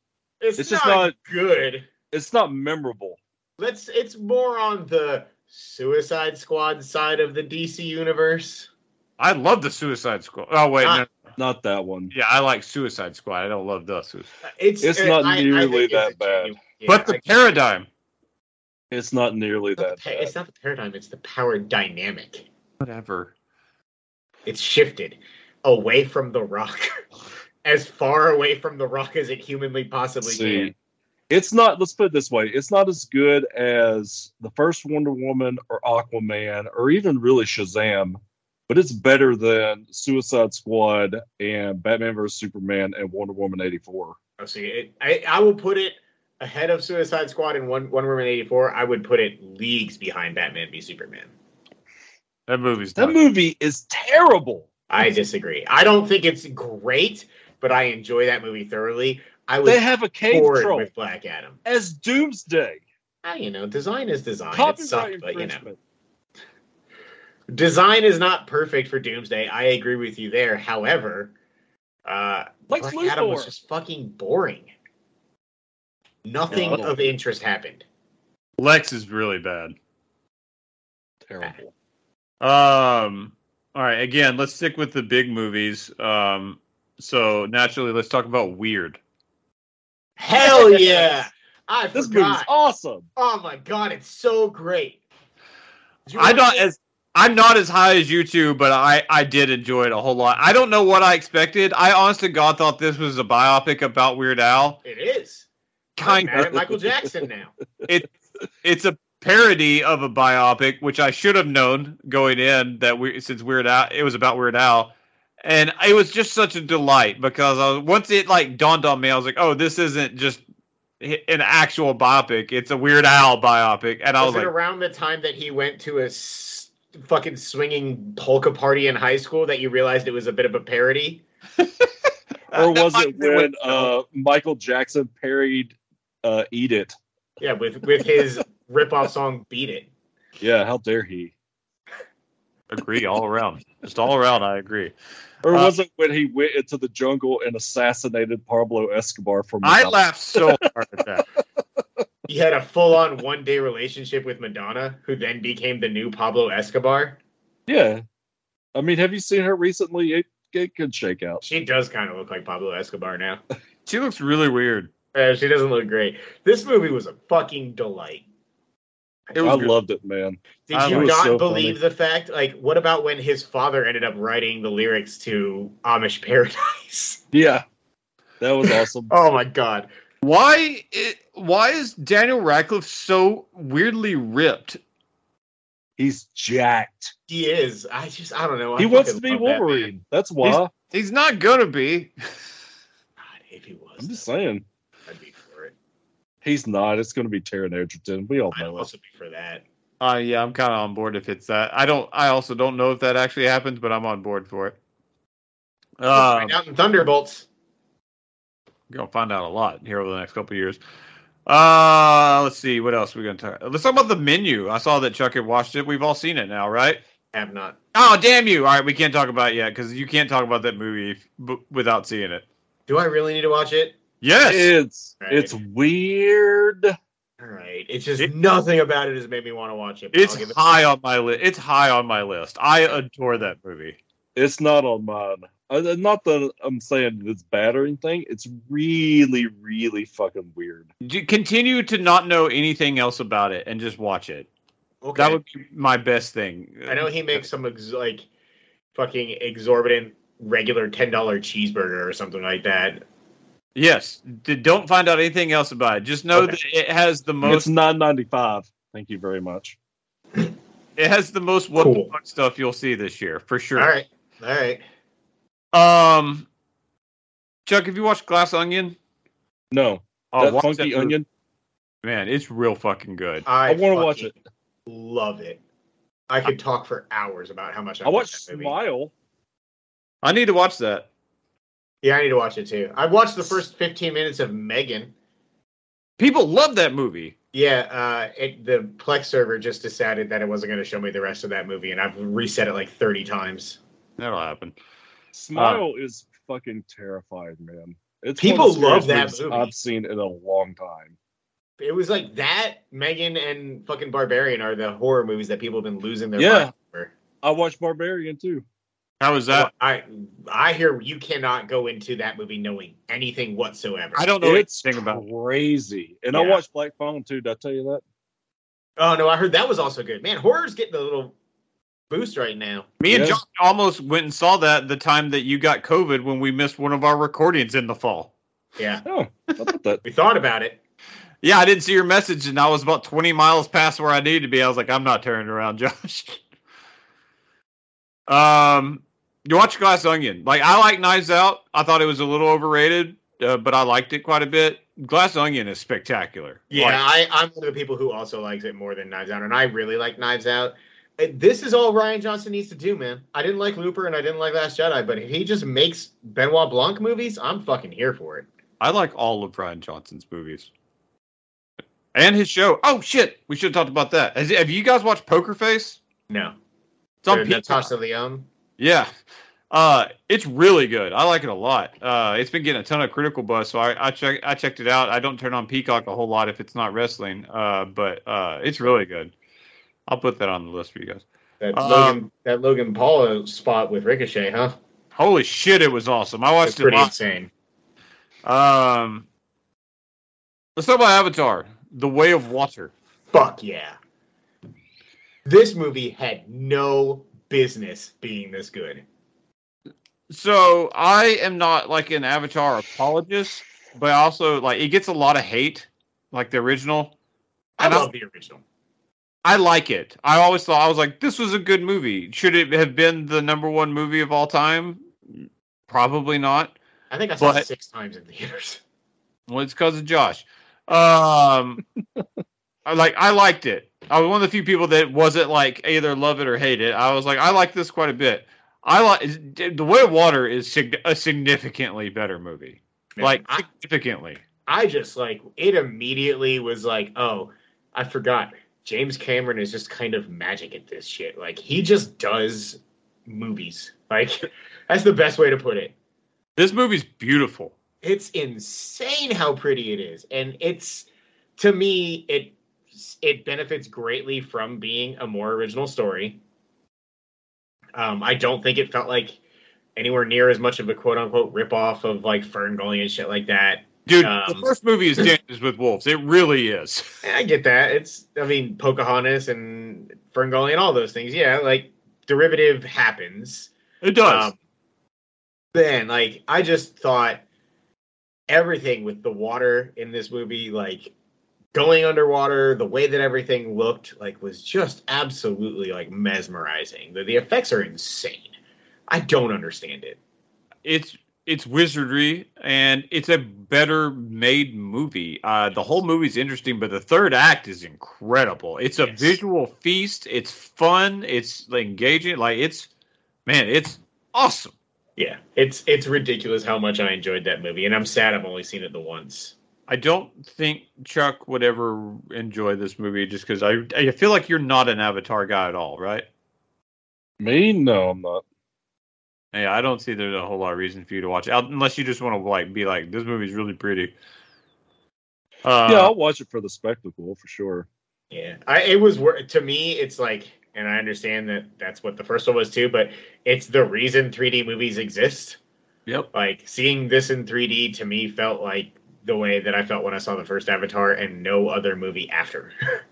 Speaker 2: It's
Speaker 3: just
Speaker 2: just
Speaker 3: not,
Speaker 2: not-
Speaker 3: good.
Speaker 2: It's not memorable.
Speaker 3: Let's. It's more on the Suicide Squad side of the DC universe.
Speaker 1: I love the Suicide Squad. Oh wait, no.
Speaker 2: Not that one.
Speaker 1: yeah, I like Suicide Squad. I don't love the Suicide.
Speaker 3: It's uh,
Speaker 2: It's not nearly
Speaker 3: think it's
Speaker 2: that
Speaker 3: a
Speaker 2: bad.
Speaker 3: genuine- yeah,
Speaker 1: but the
Speaker 3: I-
Speaker 1: paradigm.
Speaker 2: It's not nearly
Speaker 3: it's not
Speaker 2: that.
Speaker 3: the pa-
Speaker 2: Bad.
Speaker 3: it's not the paradigm. It's the power dynamic.
Speaker 1: Whatever.
Speaker 3: It's shifted away from the Rock, as far away from the Rock as it humanly possibly
Speaker 2: See,
Speaker 3: can.
Speaker 2: it's not. Let's put it this way: it's not as good as the first Wonder Woman or Aquaman or even really Shazam, but it's better than Suicide Squad and Batman vs Superman and Wonder Woman '84.
Speaker 3: Oh, see, it, I I will put it ahead of Suicide Squad and One One Woman eighty four. I would put it leagues behind Batman v Superman.
Speaker 1: That movie's
Speaker 2: That
Speaker 1: done.
Speaker 2: movie is terrible.
Speaker 3: I disagree. I don't think it's great, but I enjoy that movie thoroughly. I was
Speaker 2: They have a cave
Speaker 3: bored
Speaker 2: troll
Speaker 3: with Black Adam.
Speaker 2: as Doomsday.
Speaker 3: Ah, you know, design is design. It
Speaker 2: Copyright
Speaker 3: sucked, but you know,
Speaker 2: infringement.
Speaker 3: design is not perfect for Doomsday. I agree with you there. However, uh,
Speaker 2: Lex
Speaker 3: Black Adam was
Speaker 2: Luthor.
Speaker 3: just fucking boring. Nothing
Speaker 2: No.
Speaker 3: of interest happened.
Speaker 1: Lex is really bad.
Speaker 2: terrible.
Speaker 1: Um. All right. Again, let's stick with the big movies. Um. So naturally, let's talk about Weird.
Speaker 3: Hell yeah! I
Speaker 2: This movie's
Speaker 3: forgot.
Speaker 2: awesome.
Speaker 3: Oh my god, it's so great. Did you
Speaker 1: I
Speaker 3: watch
Speaker 1: don't
Speaker 3: it?
Speaker 1: as I'm not as high as you two, but I I did enjoy it a whole lot. I don't know what I expected. I honest to God thought this was a biopic about Weird Al.
Speaker 3: It is. I'm
Speaker 1: Kind
Speaker 3: mad at Michael Jackson now.
Speaker 1: it's a parody of a biopic, which I should have known going in that we since Weird Al it was about Weird Al, and it was just such a delight because I was, once it like dawned on me, I was like, oh, this isn't just hi- an actual biopic; it's a Weird Al biopic, and I
Speaker 3: Was
Speaker 1: was
Speaker 3: it
Speaker 1: like,
Speaker 3: around the time that he went to a s- fucking swinging polka party in high school that you realized it was a bit of a parody?
Speaker 2: Or
Speaker 1: that
Speaker 2: was
Speaker 1: might
Speaker 2: it
Speaker 1: be what-
Speaker 2: when uh, Michael Jackson parried uh, "Eat It"?
Speaker 3: Yeah, with with his rip-off song "Beat It."
Speaker 2: Yeah, how dare he?
Speaker 1: agree all around, just all around, I agree.
Speaker 2: Or
Speaker 1: Uh,
Speaker 2: was it when he went into the jungle and assassinated Pablo Escobar from?
Speaker 1: I
Speaker 2: Madonna?
Speaker 1: laughed so hard at that.
Speaker 3: He had a full-on one-day relationship with Madonna, who then became the new Pablo Escobar.
Speaker 2: Yeah, I mean, have you seen her recently? It, it could shake out.
Speaker 3: She does kind of look like Pablo Escobar now.
Speaker 1: She looks really weird.
Speaker 3: Uh, she doesn't look great. This movie was a fucking delight.
Speaker 1: It
Speaker 2: I
Speaker 1: was good.
Speaker 2: loved it, man.
Speaker 3: Did
Speaker 1: I
Speaker 3: you
Speaker 1: was
Speaker 3: not
Speaker 2: so
Speaker 3: believe the fact? Like, what about when his father ended up writing the lyrics to Amish Paradise?
Speaker 2: Yeah, that was awesome.
Speaker 3: oh my god.
Speaker 1: Why? i why is Daniel Radcliffe so weirdly ripped?
Speaker 2: He's jacked.
Speaker 3: He is. I just I don't know. I
Speaker 2: he wants to be
Speaker 3: fucking love that man.
Speaker 2: Wolverine. That's why.
Speaker 1: He's not gonna be.
Speaker 3: God, if he was,
Speaker 2: I'm just saying.
Speaker 3: I'd be for it.
Speaker 2: He's not. It's going to be Taron Egerton. We all
Speaker 3: I'd
Speaker 2: know it.
Speaker 3: also be for that.
Speaker 1: Uh, yeah, I'm kind of on board if it's that. I don't. I also don't know if that actually happens, but I'm on board for it.
Speaker 2: Um,
Speaker 1: Uh,
Speaker 3: Find out in Thunderbolts.
Speaker 1: we're gonna find out a lot here over the next couple of years. Uh, let's see what else we're gonna talk. Let's talk about the menu. I saw that Chuck had watched it. We've all seen it now, right?
Speaker 3: Have not.
Speaker 1: Oh, damn you! All right, we can't talk about it yet because you can't talk about that movie if, b- without seeing it.
Speaker 3: Do I really need to watch it?
Speaker 1: Yes,
Speaker 2: It's
Speaker 3: Right.
Speaker 2: it's weird.
Speaker 3: All right. It's just
Speaker 1: It-
Speaker 3: nothing about it has made me want to watch it. but
Speaker 1: it's
Speaker 3: I'll give it-
Speaker 1: high on my list. It's high on my list. I adore that movie.
Speaker 2: It's not on mine. Uh, Not that I'm saying it's bad or anything. It's really, really fucking weird.
Speaker 1: J- Continue to not know anything else about it and just watch it.
Speaker 3: okay.
Speaker 1: That would be my best thing.
Speaker 3: I know he makes some ex- like fucking exorbitant regular ten dollar cheeseburger or something like that.
Speaker 1: Yes. D- don't find out anything else about it. Just know
Speaker 3: Okay.
Speaker 1: that it has the
Speaker 2: It's
Speaker 1: most.
Speaker 2: 9.95. Thank you very much.
Speaker 1: It has the most what
Speaker 3: Cool.
Speaker 1: the fuck stuff you'll see this year for sure.
Speaker 3: All right, all right.
Speaker 1: Um, Chuck, have you watched Glass Onion?
Speaker 2: No,
Speaker 1: Oh,
Speaker 2: that
Speaker 1: watch
Speaker 2: funky
Speaker 1: movie.
Speaker 2: onion.
Speaker 1: Man, it's real fucking good.
Speaker 2: I, want to watch
Speaker 3: fucking
Speaker 2: it.
Speaker 3: Love it. I could talk for hours about how much I,
Speaker 2: I watched
Speaker 3: that movie.
Speaker 2: Smile.
Speaker 1: Uh. I need to watch that.
Speaker 3: Yeah, I need to watch it too. I watched the first fifteen minutes of Megan.
Speaker 1: People love that movie.
Speaker 3: Yeah, uh, it, the Plex server just decided that it wasn't going to show me the rest of that movie, and I've reset it like thirty times.
Speaker 1: That'll happen.
Speaker 2: Smile is fucking terrifying, man. It's
Speaker 3: People
Speaker 2: one of the
Speaker 3: love
Speaker 2: scariest
Speaker 3: that
Speaker 2: movies
Speaker 3: movie.
Speaker 2: I've seen in a long time.
Speaker 3: It was like that. Megan and fucking Barbarian are the horror movies that people have been losing their
Speaker 2: Yeah.
Speaker 3: minds over.
Speaker 2: I watched Barbarian too.
Speaker 1: How is that?
Speaker 3: I I hear you cannot go into that movie knowing anything whatsoever.
Speaker 1: I don't know
Speaker 2: It's
Speaker 1: anything about.
Speaker 2: crazy. And I
Speaker 3: Yeah.
Speaker 2: watched Black Phone too. Did I tell you that?
Speaker 3: Oh no, I heard that was also good. Man, horror's getting a little boost right now.
Speaker 1: Me and
Speaker 2: Yeah.
Speaker 1: John almost went and saw that the time that you got COVID when we missed one of our recordings in the fall.
Speaker 3: Yeah,
Speaker 2: Oh, I thought that.
Speaker 3: we thought about it.
Speaker 1: Yeah, I didn't see your message, and I was about 20 miles past where I needed to be. I was like, I'm not turning around, Josh. um, you watch Glass Onion. Like, I like Knives Out. I thought it was a little overrated, uh, but I liked it quite a bit. Glass Onion is spectacular.
Speaker 3: Yeah,
Speaker 1: Like,
Speaker 3: I, I'm one of the people who also likes it more than Knives Out, and I really like Knives Out. Uh, This is all Ryan Johnson needs to do, man. I didn't like Looper and I didn't like Last Jedi, but if he just makes Benoit Blanc movies, I'm fucking here for it.
Speaker 1: I like all of Brian Johnson's movies and his show. Oh, shit. We should have talked about that. Has, have you guys watched Poker Face?
Speaker 3: No,
Speaker 1: It's on
Speaker 3: Or
Speaker 1: Peacock.
Speaker 3: Natasha Leon.
Speaker 1: Yeah. Uh, it's really good. I like it a lot. Uh, it's been getting a ton of critical buzz, so I, I check I checked it out. I don't turn on Peacock a whole lot if it's not wrestling, uh, but uh, it's really good. I'll put that on the list for you guys.
Speaker 3: That
Speaker 1: Um,
Speaker 3: Logan, that Logan Paul spot with Ricochet, huh?
Speaker 1: Holy shit, it was awesome. I watched
Speaker 3: That's pretty
Speaker 1: it.
Speaker 3: insane.
Speaker 1: Live. Um, Let's talk about Avatar: The Way of Water.
Speaker 3: Fuck yeah. This movie had no business being this good.
Speaker 1: So I am not like an Avatar apologist, but also like it gets a lot of hate, like the original.
Speaker 3: I
Speaker 1: And I-
Speaker 3: love the original.
Speaker 1: I like it. I always thought I was like, this was a good movie. Should it have been the number one movie of all time? Probably not.
Speaker 3: I think I saw
Speaker 1: But-
Speaker 3: it six times in theaters.
Speaker 1: Well, it's because of Josh. Um, I like I liked it. I was one of the few people that wasn't like either love it or hate it. I was like, I like this quite a bit. I like The Way of Water is sig- a significantly better movie. Like
Speaker 3: I,
Speaker 1: significantly.
Speaker 3: I just like it immediately was like, oh, I forgot. James Cameron is just kind of magic at this shit. Like he just does movies. Like that's the best way to put it.
Speaker 1: This movie's beautiful.
Speaker 3: It's insane how pretty it is, and it's to me it it benefits greatly from being a more original story. Um, I don't think it felt like anywhere near as much of a quote unquote ripoff of like Fern Gully and shit like that.
Speaker 1: Dude, the
Speaker 3: Um,
Speaker 1: first movie is Dances with Wolves. It really is.
Speaker 3: I get that. It's, I mean, Pocahontas and Ferngully and all those things. Yeah, like derivative happens.
Speaker 1: It does.
Speaker 3: Um, then, like, I just thought everything with the water in this movie, like going underwater, the way that everything looked, like, was just absolutely like mesmerizing. The, the effects are insane. I don't understand it.
Speaker 1: it's it's wizardry and it's a better made movie. Uh, the whole movie's interesting, but the third act is incredible. It's a
Speaker 3: Yes.
Speaker 1: visual feast. It's fun. It's engaging. Like it's man, it's awesome.
Speaker 3: Yeah, it's it's ridiculous how much I enjoyed that movie, and I'm sad I've only seen it the once.
Speaker 1: I don't think Chuck would ever enjoy this movie just because I I feel like you're not an Avatar guy at all, right?
Speaker 2: Me? No, I'm not.
Speaker 1: Yeah, I don't see there's a whole lot of reason for you to watch it unless you just want to like be like this movie's really pretty. Uh,
Speaker 2: yeah, I'll watch it for the spectacle for sure.
Speaker 3: Yeah, I, it was wor- to me. It's like, and I understand that that's what the first one was too, but it's the reason 3D movies exist.
Speaker 1: Yep.
Speaker 3: Like seeing this in 3D to me felt like the way that I felt when I saw the first Avatar and no other movie after.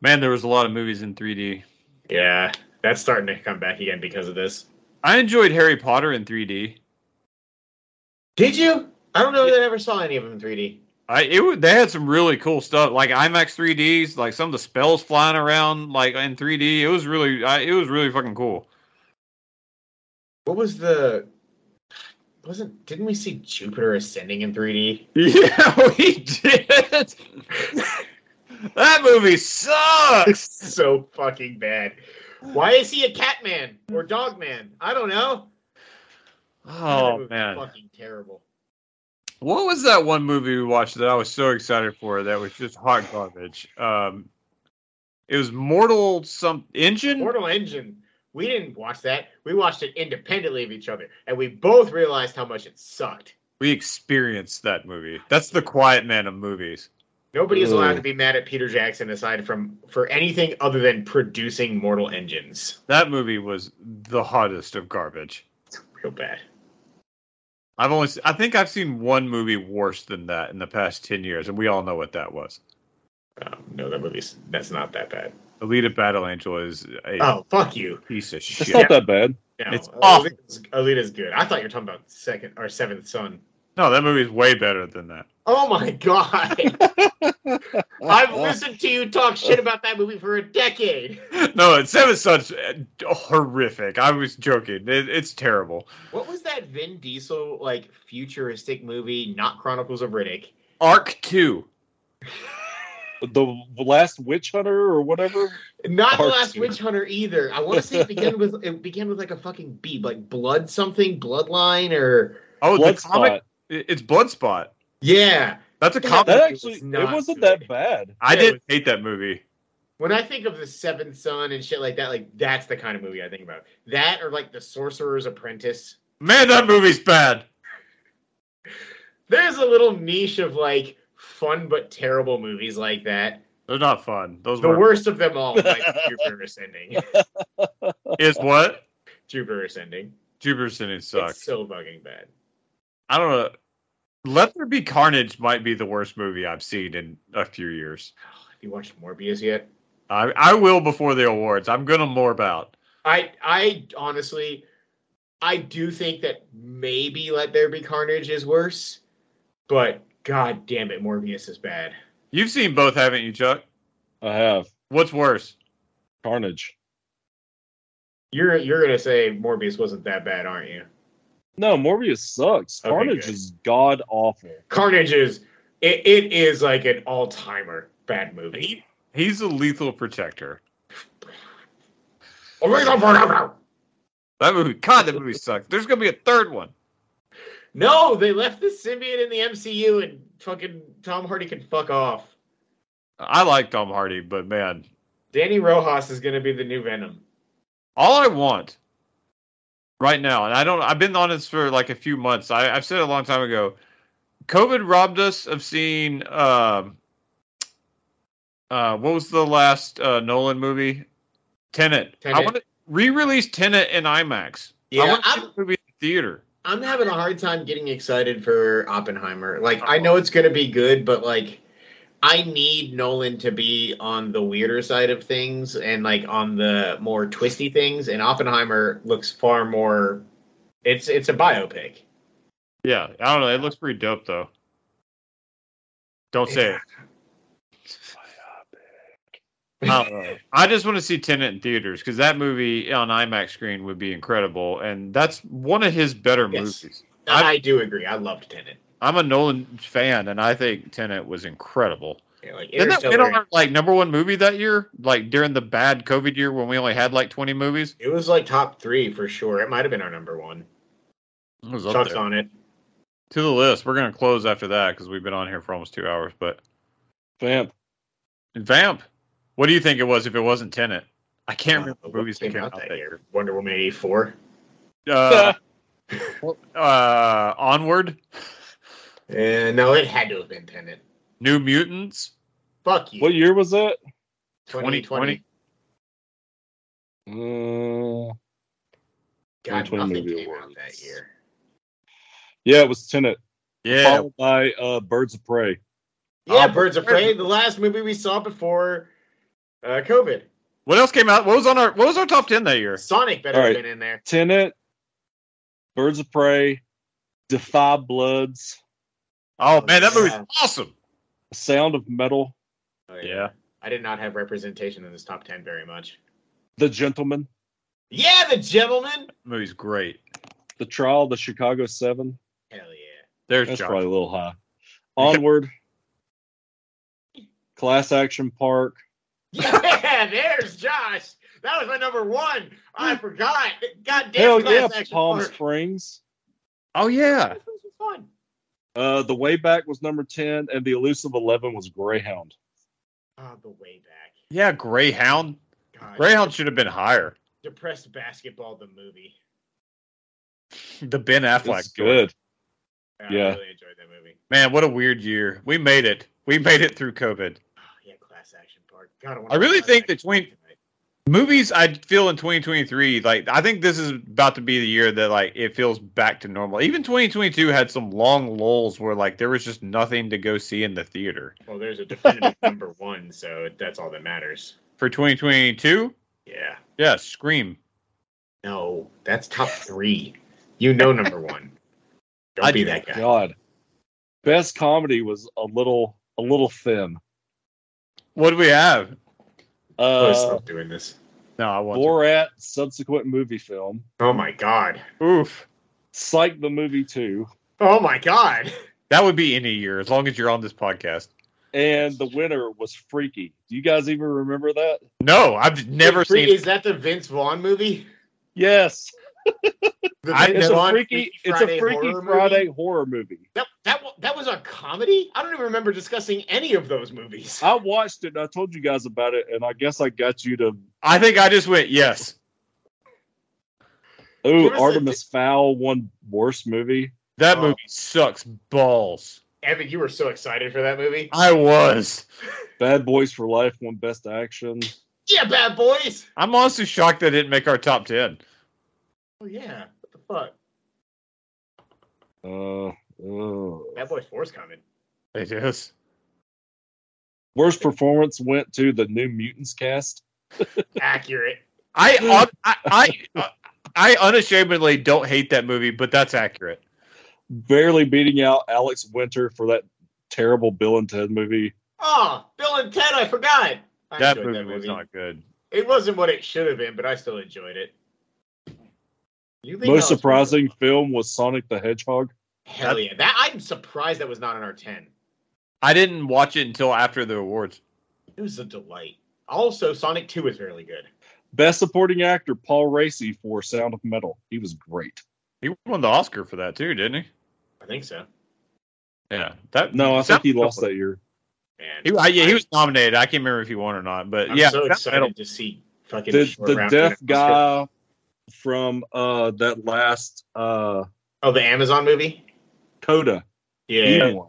Speaker 1: Man, there was a lot of movies in 3D.
Speaker 3: yeah, that's starting to come back again because of this.
Speaker 1: I enjoyed Harry Potter in 3D.
Speaker 3: Did you? I don't know that I ever saw any of them in 3D.
Speaker 1: I it wa- they had some really cool stuff like IMAX 3Ds, like some of the spells flying around like in 3D. It was really I, it was really fucking cool.
Speaker 3: What was the? Wasn't? Didn't we see Jupiter ascending in 3D?
Speaker 1: Yeah, we did. that movie sucks.
Speaker 3: so fucking bad. Why is he a cat man or dog man? I don't know. That
Speaker 1: Oh
Speaker 3: movie's
Speaker 1: man,
Speaker 3: fucking terrible.
Speaker 1: what was that one movie we watched that I was so excited for that was just hot garbage? Um, it was Mortal some engine.
Speaker 3: Mortal Engine. We didn't watch that. We watched it independently of each other, and we both realized how much it sucked.
Speaker 1: We experienced that movie. That's the quiet man of movies.
Speaker 3: Nobody is allowed
Speaker 2: Ooh.
Speaker 3: to be mad at Peter Jackson aside from for anything other than producing Mortal Engines.
Speaker 1: That movie was the hottest of garbage.
Speaker 3: Real bad.
Speaker 1: I've only se- I think I've seen one movie worse than that in the past 10 years and we all know what that was.
Speaker 3: Um, no, that movie's that's not that bad.
Speaker 1: Alita Battle Angel is a
Speaker 3: Oh fuck you!
Speaker 1: piece of
Speaker 2: It's
Speaker 1: shit.
Speaker 2: not that bad.
Speaker 3: No,
Speaker 1: It's awful.
Speaker 3: Alita's, Alita's good. I thought you were talking about second or seventh son.
Speaker 1: No, that movie is way better than that.
Speaker 3: Oh my god! I've listened to you talk shit about that movie for a decade.
Speaker 1: No, it's Seven Sons uh, horrific. I was joking. It, it's terrible.
Speaker 3: What was that Vin Diesel like futuristic movie? Not Chronicles of Riddick.
Speaker 1: Arc 2.
Speaker 2: the last witch hunter or whatever.
Speaker 3: Not the
Speaker 2: Arc
Speaker 3: last
Speaker 2: two.
Speaker 3: Witch Hunter either. I want to say it began with it began with like a fucking B, like blood something, bloodline, or
Speaker 1: Oh, the comic
Speaker 2: Bloodspot.
Speaker 1: it- it's Bloodspot.
Speaker 3: yeah.
Speaker 1: That's a
Speaker 3: Yeah,
Speaker 1: comic.
Speaker 2: That
Speaker 3: It
Speaker 2: actually,
Speaker 3: was
Speaker 2: it,
Speaker 3: not
Speaker 2: was not
Speaker 3: good.
Speaker 2: that bad.
Speaker 1: I
Speaker 3: yeah, it
Speaker 1: did
Speaker 3: was-
Speaker 1: hate that movie.
Speaker 3: When I think of the Seventh Son and shit like that, like that's the kind of movie I think about. That or like the Sorcerer's Apprentice.
Speaker 1: Man, that movie's bad.
Speaker 3: There's a little niche of like fun but terrible movies like that.
Speaker 1: They're not fun. Those
Speaker 3: The
Speaker 1: were
Speaker 3: worst of them all might be Jupiter Ascending.
Speaker 1: is what
Speaker 3: Jupiter Ascending.
Speaker 1: Jupiter Ascending
Speaker 3: It's
Speaker 1: sucks.
Speaker 3: so fucking bad.
Speaker 1: I don't know. Let There Be Carnage might be the worst movie I've seen in a few years.
Speaker 3: Have you watched Morbius yet?
Speaker 1: I, I will before the awards. I'm gonna morb out.
Speaker 3: I I honestly I do think that maybe Let There Be Carnage is worse, but god damn it, Morbius is bad.
Speaker 1: You've seen both, haven't you, Chuck?
Speaker 2: I have
Speaker 1: What's worse?
Speaker 2: Carnage.
Speaker 3: You're you're gonna say Morbius wasn't that bad, aren't you?
Speaker 2: No, Morbius sucks.
Speaker 3: Okay,
Speaker 2: Carnage
Speaker 3: good.
Speaker 2: is god awful.
Speaker 3: Carnage is it, it is like an all timer bad movie.
Speaker 1: He's a lethal protector.
Speaker 3: No,
Speaker 1: That movie, God, that movie sucks. There's gonna be a third one.
Speaker 3: they left the symbiote in the MCU and fucking Tom Hardy can fuck off.
Speaker 1: I like Tom Hardy, but man,
Speaker 3: Danny Rojas is gonna be the new Venom.
Speaker 1: all I want right now, and I don't, I've been on this for like a few months. I, I've said it a long time ago. COVID robbed us of seeing, um, uh, what was the last uh, Nolan movie? Tenet. I
Speaker 3: Tenet.
Speaker 1: want to re-release Tenet in IMAX.
Speaker 3: Yeah,
Speaker 1: I want to
Speaker 3: I'm-
Speaker 1: see the movie in the theater.
Speaker 3: I'm having a hard time getting excited for Oppenheimer. Like I know it's gonna be good, but like I need Nolan to be on the weirder side of things and like on the more twisty things. And Oppenheimer looks far more. It's it's a biopic.
Speaker 1: Yeah, I don't know. It looks pretty dope though. Don't say it. I don't
Speaker 3: Oh.
Speaker 1: know. I just want to see Tenet in theaters because that movie on IMAX screen would be incredible, and that's one of his better
Speaker 3: Yes.
Speaker 1: movies.
Speaker 3: I,
Speaker 1: I-
Speaker 3: do agree. I loved Tenet.
Speaker 1: I'm a Nolan fan, and I think Tenet was incredible.
Speaker 3: Yeah, like
Speaker 1: Didn't that win
Speaker 3: Interstellar.
Speaker 1: our like number one movie that year? Like during the bad COVID year when we only had like 20 movies.
Speaker 3: it was like top three for sure. It might have been our number one.
Speaker 1: It was up
Speaker 3: Chuck's
Speaker 1: there.
Speaker 3: on it.
Speaker 1: To the list. We're gonna close after that because we've been on here for almost two hours. But
Speaker 2: Vamp.
Speaker 1: Vamp, what do you think it was if it wasn't Tenet? I can't remember
Speaker 3: Uh,
Speaker 1: the
Speaker 3: what
Speaker 1: movies that came out that year.
Speaker 3: Wonder Woman eighty four.
Speaker 1: uh, uh, Onward,
Speaker 3: Uh, no, it had to have been Tenet.
Speaker 1: New Mutants,
Speaker 3: Fuck you.
Speaker 2: What year was that?
Speaker 1: 2020.
Speaker 2: Uh,
Speaker 3: God,
Speaker 2: 2020
Speaker 3: nothing
Speaker 2: movie
Speaker 3: came out
Speaker 2: awards.
Speaker 3: that year.
Speaker 2: yeah, it was Tenet,
Speaker 1: Yeah,
Speaker 2: followed by uh, Birds of Prey.
Speaker 3: Yeah,
Speaker 1: Oh,
Speaker 3: Uh, Birds of
Speaker 1: Birds of
Speaker 3: Prey, the last movie we saw before uh, COVID.
Speaker 1: what else came out? What was on our What was our top ten that year?
Speaker 3: Sonic better
Speaker 2: All
Speaker 3: have
Speaker 2: right.
Speaker 3: been in there.
Speaker 2: Tenet, Birds of Prey, Defy Bloods,
Speaker 1: Oh man, that movie's
Speaker 3: Yeah.
Speaker 1: awesome.
Speaker 2: Sound of Metal,
Speaker 3: Oh,
Speaker 1: Yeah,
Speaker 3: I did not have representation in this top 10 very much.
Speaker 2: The Gentleman,
Speaker 3: Yeah, The Gentleman.
Speaker 1: that movie's great.
Speaker 2: The Trial, The Chicago Seven.
Speaker 3: Hell yeah.
Speaker 1: There's
Speaker 2: That's
Speaker 1: Josh.
Speaker 2: probably a little high. Onward, Class Action Park,
Speaker 3: Yeah, there's Josh. That was my number one. I forgot. God damn
Speaker 2: Mm. Hell
Speaker 3: class
Speaker 2: yeah,
Speaker 3: action.
Speaker 2: Palm
Speaker 3: Park.
Speaker 2: Springs.
Speaker 1: Oh yeah,
Speaker 3: This was fun.
Speaker 2: Uh, the Way Back was number ten, and the Elusive Eleven was Greyhound.
Speaker 3: Oh, the way back.
Speaker 1: yeah. Greyhound.
Speaker 3: God.
Speaker 1: Greyhound should have been higher.
Speaker 3: Depressed basketball, the movie.
Speaker 1: The Ben Affleck.
Speaker 2: It's
Speaker 1: story.
Speaker 2: good.
Speaker 3: I
Speaker 2: Yeah.
Speaker 3: really enjoyed that movie.
Speaker 1: Man, what a weird year. We made it. We made it through COVID.
Speaker 3: Oh, yeah, class action part. God, I, wanna
Speaker 1: I really
Speaker 3: watch
Speaker 1: think
Speaker 3: Class
Speaker 1: that
Speaker 3: Action Park
Speaker 1: Dwayne-
Speaker 3: tonight.
Speaker 1: movies i feel in 2023 like i think this is about to be the year that like it feels back to normal even 2022 had some long lulls where like there was just nothing to go see in the theater
Speaker 3: Well, there's a definitive number one, so that's all that matters.
Speaker 1: for 2022
Speaker 3: Yeah.
Speaker 1: yeah scream
Speaker 3: No, that's top three. You know number one. Don't
Speaker 1: I
Speaker 3: be
Speaker 1: do.
Speaker 3: that guy.
Speaker 2: God, best comedy was a little a little thin.
Speaker 1: what do we have
Speaker 3: I'm gonna
Speaker 2: Uh,
Speaker 3: stop doing this.
Speaker 1: no i want
Speaker 2: Borat subsequent movie film,
Speaker 3: Oh my god.
Speaker 1: to. oof
Speaker 2: Psych the movie two,
Speaker 3: Oh my god.
Speaker 1: that would be any year as long as you're on this podcast
Speaker 2: and the winner was Freaky. Do you guys even remember that?
Speaker 1: no i've never
Speaker 3: Freak-
Speaker 1: seen
Speaker 3: Is that the Vince Vaughn movie?
Speaker 2: Yes,
Speaker 3: The
Speaker 1: I-
Speaker 3: Vince
Speaker 2: it's a
Speaker 3: Vaughn
Speaker 2: freaky. It's a freaky
Speaker 3: horror movie?
Speaker 2: Friday horror movie.
Speaker 3: That, that wa- that was a comedy. I don't even remember discussing any of those movies.
Speaker 2: I watched it. And I told you guys about it, and I guess I got you to.
Speaker 1: i think i just went yes
Speaker 2: Oh,
Speaker 3: Give us a-
Speaker 2: Artemis Fowl won worst movie.
Speaker 1: that
Speaker 3: Oh.
Speaker 1: movie sucks balls
Speaker 3: Evan, you were so excited for that movie.
Speaker 1: i was
Speaker 2: Bad Boys for Life won best action.
Speaker 3: Yeah, Bad Boys.
Speaker 1: i'm honestly shocked that it didn't make our top 10
Speaker 3: Oh yeah. What the fuck?
Speaker 2: Uh, uh,
Speaker 3: Bad Boys Four's coming.
Speaker 1: It is.
Speaker 2: Worst performance went to the New Mutants cast.
Speaker 3: Accurate.
Speaker 1: I
Speaker 3: Hmm.
Speaker 1: un- I, I I unashamedly don't hate that movie, but that's accurate.
Speaker 2: barely beating out Alex Winter for that terrible Bill and Ted movie.
Speaker 3: Oh, Bill and Ted, I forgot. I
Speaker 1: that
Speaker 3: enjoyed
Speaker 1: movie was not good.
Speaker 3: It wasn't what it should have been, but I still enjoyed it. You think
Speaker 2: Most
Speaker 3: Alice
Speaker 2: surprising
Speaker 3: Cooper-
Speaker 2: film was Sonic the Hedgehog.
Speaker 3: Hell yeah! That I'm surprised that was not on our ten.
Speaker 1: I didn't watch it until after the awards.
Speaker 3: It was a delight. Also, Sonic Two is really good.
Speaker 2: Best supporting actor Paul Racy for Sound of Metal. He was great.
Speaker 1: He won the Oscar for that too, didn't he?
Speaker 3: I think so.
Speaker 1: Yeah. That
Speaker 2: No, I think
Speaker 1: Sound
Speaker 2: he
Speaker 1: Metal-
Speaker 2: lost that year.
Speaker 3: Man,
Speaker 1: He, I, yeah, he was nominated. I can't remember if he won or not, but
Speaker 3: I'm
Speaker 1: yeah,
Speaker 3: so
Speaker 1: Sound
Speaker 3: excited
Speaker 1: Metal-
Speaker 3: to see fucking
Speaker 2: The,
Speaker 3: Short
Speaker 2: the
Speaker 3: Round
Speaker 2: deaf
Speaker 3: win an Oscar.
Speaker 2: guy from uh, that last uh,
Speaker 3: Oh, the Amazon movie.
Speaker 2: Coda.
Speaker 3: Yeah,
Speaker 2: He won.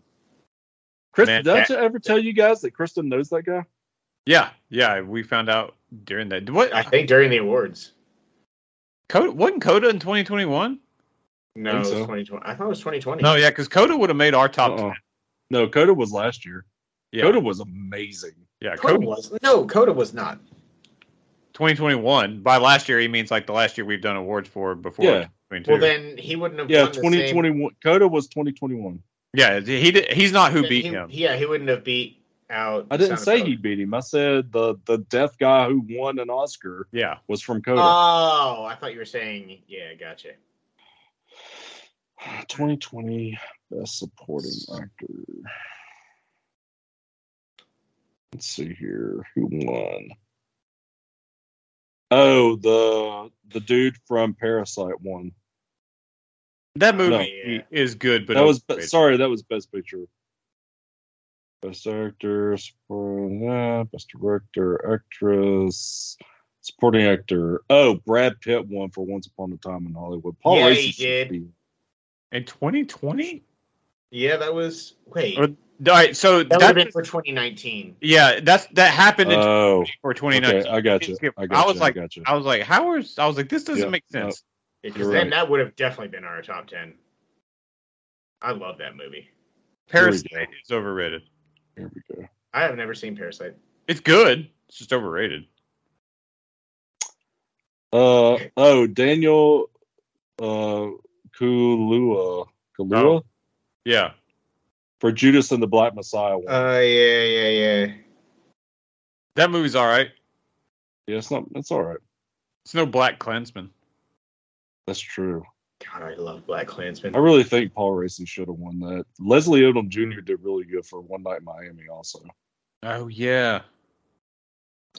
Speaker 2: Chris,
Speaker 1: Man,
Speaker 2: did I
Speaker 1: that-
Speaker 2: t- ever tell you guys that Kristen knows that guy?
Speaker 1: yeah, yeah. We found out during that. What?
Speaker 3: I think during the awards.
Speaker 1: Coda, wasn't Coda in 2021?
Speaker 3: No,
Speaker 2: Think
Speaker 3: it was
Speaker 2: so.
Speaker 3: 2020. I thought it was 2020.
Speaker 1: No, yeah, because Coda would have made our top.
Speaker 2: Uh-uh.
Speaker 1: 10.
Speaker 2: No, Coda was last year.
Speaker 1: Yeah,
Speaker 2: Coda was amazing.
Speaker 1: yeah,
Speaker 3: Coda
Speaker 1: Coda
Speaker 3: was no, Coda was not.
Speaker 1: 2021. By last year, he means like the last year we've done awards for before.
Speaker 2: Yeah.
Speaker 1: 2022.
Speaker 3: Well, then he wouldn't have.
Speaker 2: Yeah,
Speaker 3: won the same-
Speaker 2: 2021. Coda was 2021.
Speaker 1: yeah, he did, he's not who
Speaker 3: then
Speaker 1: beat
Speaker 3: he-
Speaker 1: him.
Speaker 3: Yeah, he wouldn't have beat out.
Speaker 2: I didn't
Speaker 3: Sound of
Speaker 2: say
Speaker 3: Metal.
Speaker 2: he beat him. I said the the deaf guy who won an Oscar
Speaker 1: Yeah,
Speaker 2: was from Coda.
Speaker 3: Oh, I thought you were saying. Yeah, gotcha.
Speaker 2: 2020 best supporting actor. Let's see here who won. Oh, the the dude from Parasite won.
Speaker 1: that movie
Speaker 2: No.
Speaker 3: Yeah.
Speaker 1: is good, but
Speaker 2: that
Speaker 1: it
Speaker 2: was
Speaker 1: overrated.
Speaker 2: sorry, that was best picture. Best actor, supporting, uh, best director, actress, supporting actor. Oh, Brad Pitt won for Once Upon a Time in Hollywood. Paul
Speaker 3: Yeah,
Speaker 2: Raci
Speaker 3: he
Speaker 2: should
Speaker 3: did.
Speaker 2: be-
Speaker 1: in 2020.
Speaker 3: Yeah, that was wait.
Speaker 1: Or- All right, so
Speaker 3: that
Speaker 1: that,
Speaker 3: would have been for 2019.
Speaker 1: yeah, that's that happened in
Speaker 2: Oh,
Speaker 1: for 2019.
Speaker 2: okay, I got you. I, got
Speaker 1: I was
Speaker 2: you,
Speaker 1: like-
Speaker 2: I got you.
Speaker 1: I was like, how is? I was like, this doesn't
Speaker 2: Yeah,
Speaker 1: make sense.
Speaker 3: Because
Speaker 2: You're
Speaker 3: then
Speaker 2: right.
Speaker 3: that would have definitely been our top 10. I love that movie.
Speaker 2: Here we
Speaker 1: Parasite
Speaker 2: go.
Speaker 1: is overrated.
Speaker 2: Here we go.
Speaker 3: I have never seen Parasite.
Speaker 1: It's good. It's just overrated.
Speaker 2: Uh oh, Daniel uh Kulua Kulua
Speaker 1: Oh. Yeah,
Speaker 2: for Judas and the Black Messiah. One.
Speaker 3: Uh, yeah, yeah, yeah.
Speaker 1: that movie's all right.
Speaker 2: yeah, it's not. It's all right.
Speaker 1: It's no Black Klansman.
Speaker 2: That's true.
Speaker 3: God, I love Black Klansman.
Speaker 2: I really think Paul Racy should have won that. Leslie Odom Jr. did really good for One Night in Miami. Also,
Speaker 1: Oh yeah,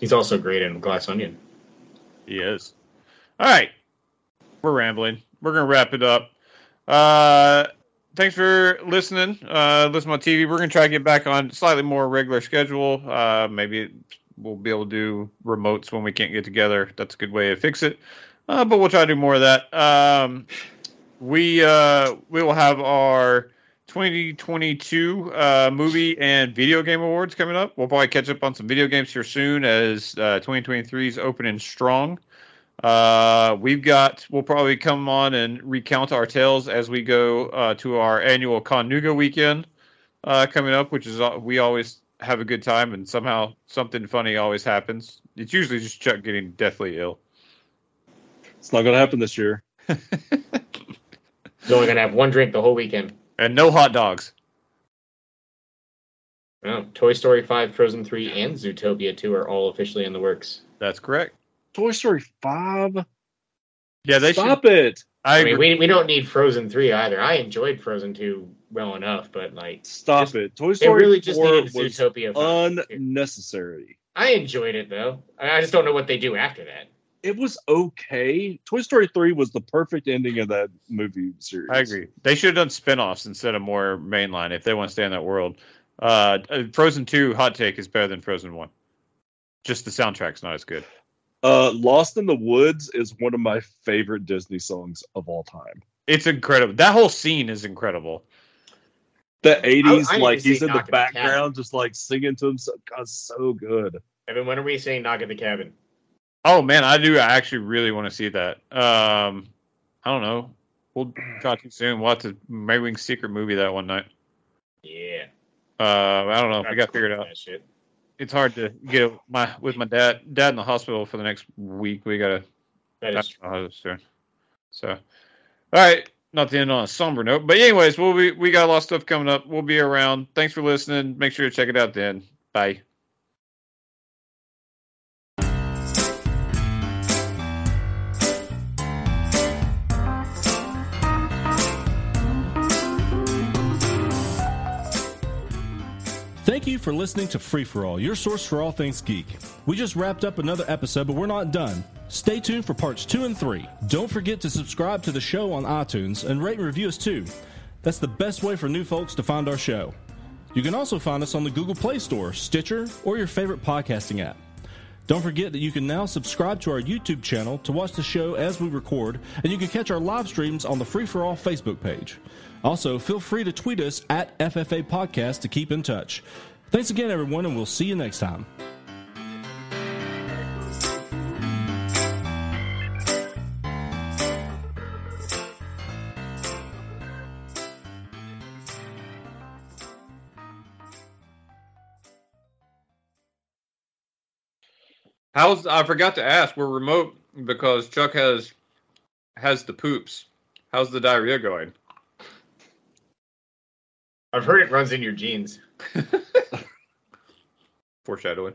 Speaker 3: He's also great in Glass Onion.
Speaker 1: he is. All right, we're rambling. We're gonna wrap it up. Uh, thanks for listening. Uh, listen on TV. We're gonna try to get back on slightly more regular schedule. Uh, maybe we'll be able to do remotes when we can't get together. That's a good way to fix it. Uh, but we'll try to do more of that. Um, we uh, we will have our 2022 uh, movie and video game awards coming up. We'll probably catch up on some video games here soon as uh, 2023 is opening strong. Uh, we've got, we'll probably come on and recount our tales as we go uh, to our annual Conuga weekend uh, coming up, which is, we always have a good time and somehow something funny always happens. It's usually just Chuck getting deathly ill.
Speaker 2: it's not going to happen this year.
Speaker 3: He's only going to have one drink the whole weekend.
Speaker 1: And no hot dogs.
Speaker 3: Oh, Toy Story 5, Frozen 3, and Zootopia 2 are all officially in the works.
Speaker 1: That's correct.
Speaker 2: Toy Story Five.
Speaker 1: Yeah, they should.
Speaker 2: Stop it!
Speaker 1: I
Speaker 3: I
Speaker 1: agree.
Speaker 3: mean, we, we don't need Frozen 3 either. I enjoyed Frozen 2 well enough, but like,
Speaker 2: Stop
Speaker 3: Just-
Speaker 2: it! Toy
Speaker 3: they
Speaker 2: Story
Speaker 3: really just
Speaker 2: Four
Speaker 3: needed
Speaker 2: was
Speaker 3: Zootopia 5.
Speaker 2: unnecessary.
Speaker 3: I enjoyed it, though. I I just don't know what they do after that.
Speaker 2: It was okay. Toy Story Three was the perfect ending of that movie series.
Speaker 1: I agree. They should have done spin-offs instead of more mainline if they want to stay in that world. Uh, uh, Frozen 2 hot take is better than Frozen 1. Just the soundtrack's not as good.
Speaker 2: Uh, Lost in the Woods is one of my favorite Disney songs of all time.
Speaker 1: It's incredible. That whole scene is incredible.
Speaker 2: The 80s,
Speaker 3: I need to
Speaker 2: like
Speaker 3: see
Speaker 2: he's in the
Speaker 3: Knock at the Cabin.
Speaker 2: background, just like singing to himself. God, so good.
Speaker 3: Evan, when are we seeing Knock at the Cabin?
Speaker 1: Oh man, I do. I actually really want to see that. Um, I don't know. We'll try too soon. We'll have to maybe we can secret movie that one night. Uh, I don't know. I got figured out.
Speaker 3: That shit.
Speaker 1: It's hard to get my with my dad dad in the hospital for the next week. We gotta
Speaker 3: That
Speaker 1: I
Speaker 3: is
Speaker 1: don't know how this turned. So, all right, not to end on a somber note, but anyways, we'll be we got a lot of stuff coming up. We'll be around. Thanks for listening. Make sure to check it out. Then, bye.
Speaker 4: Thank you for listening to Free For All, your source for all things geek. We just wrapped up another episode, but we're not done. Stay tuned for parts two and three. Don't forget to subscribe to the show on iTunes and rate and review us too. That's the best way for new folks to find our show. You can also find us on the Google Play Store, Stitcher, or your favorite podcasting app. Don't forget that you can now subscribe to our YouTube channel to watch the show as we record, and you can catch our live streams on the Free For All Facebook page. Also, feel free to tweet us at FFA Podcast to keep in touch. Thanks again, everyone, and we'll see you next time.
Speaker 5: How's I forgot to ask? We're remote because Chuck has has the poops. How's the diarrhea going?
Speaker 3: I've heard it runs in your genes.
Speaker 5: Foreshadowing.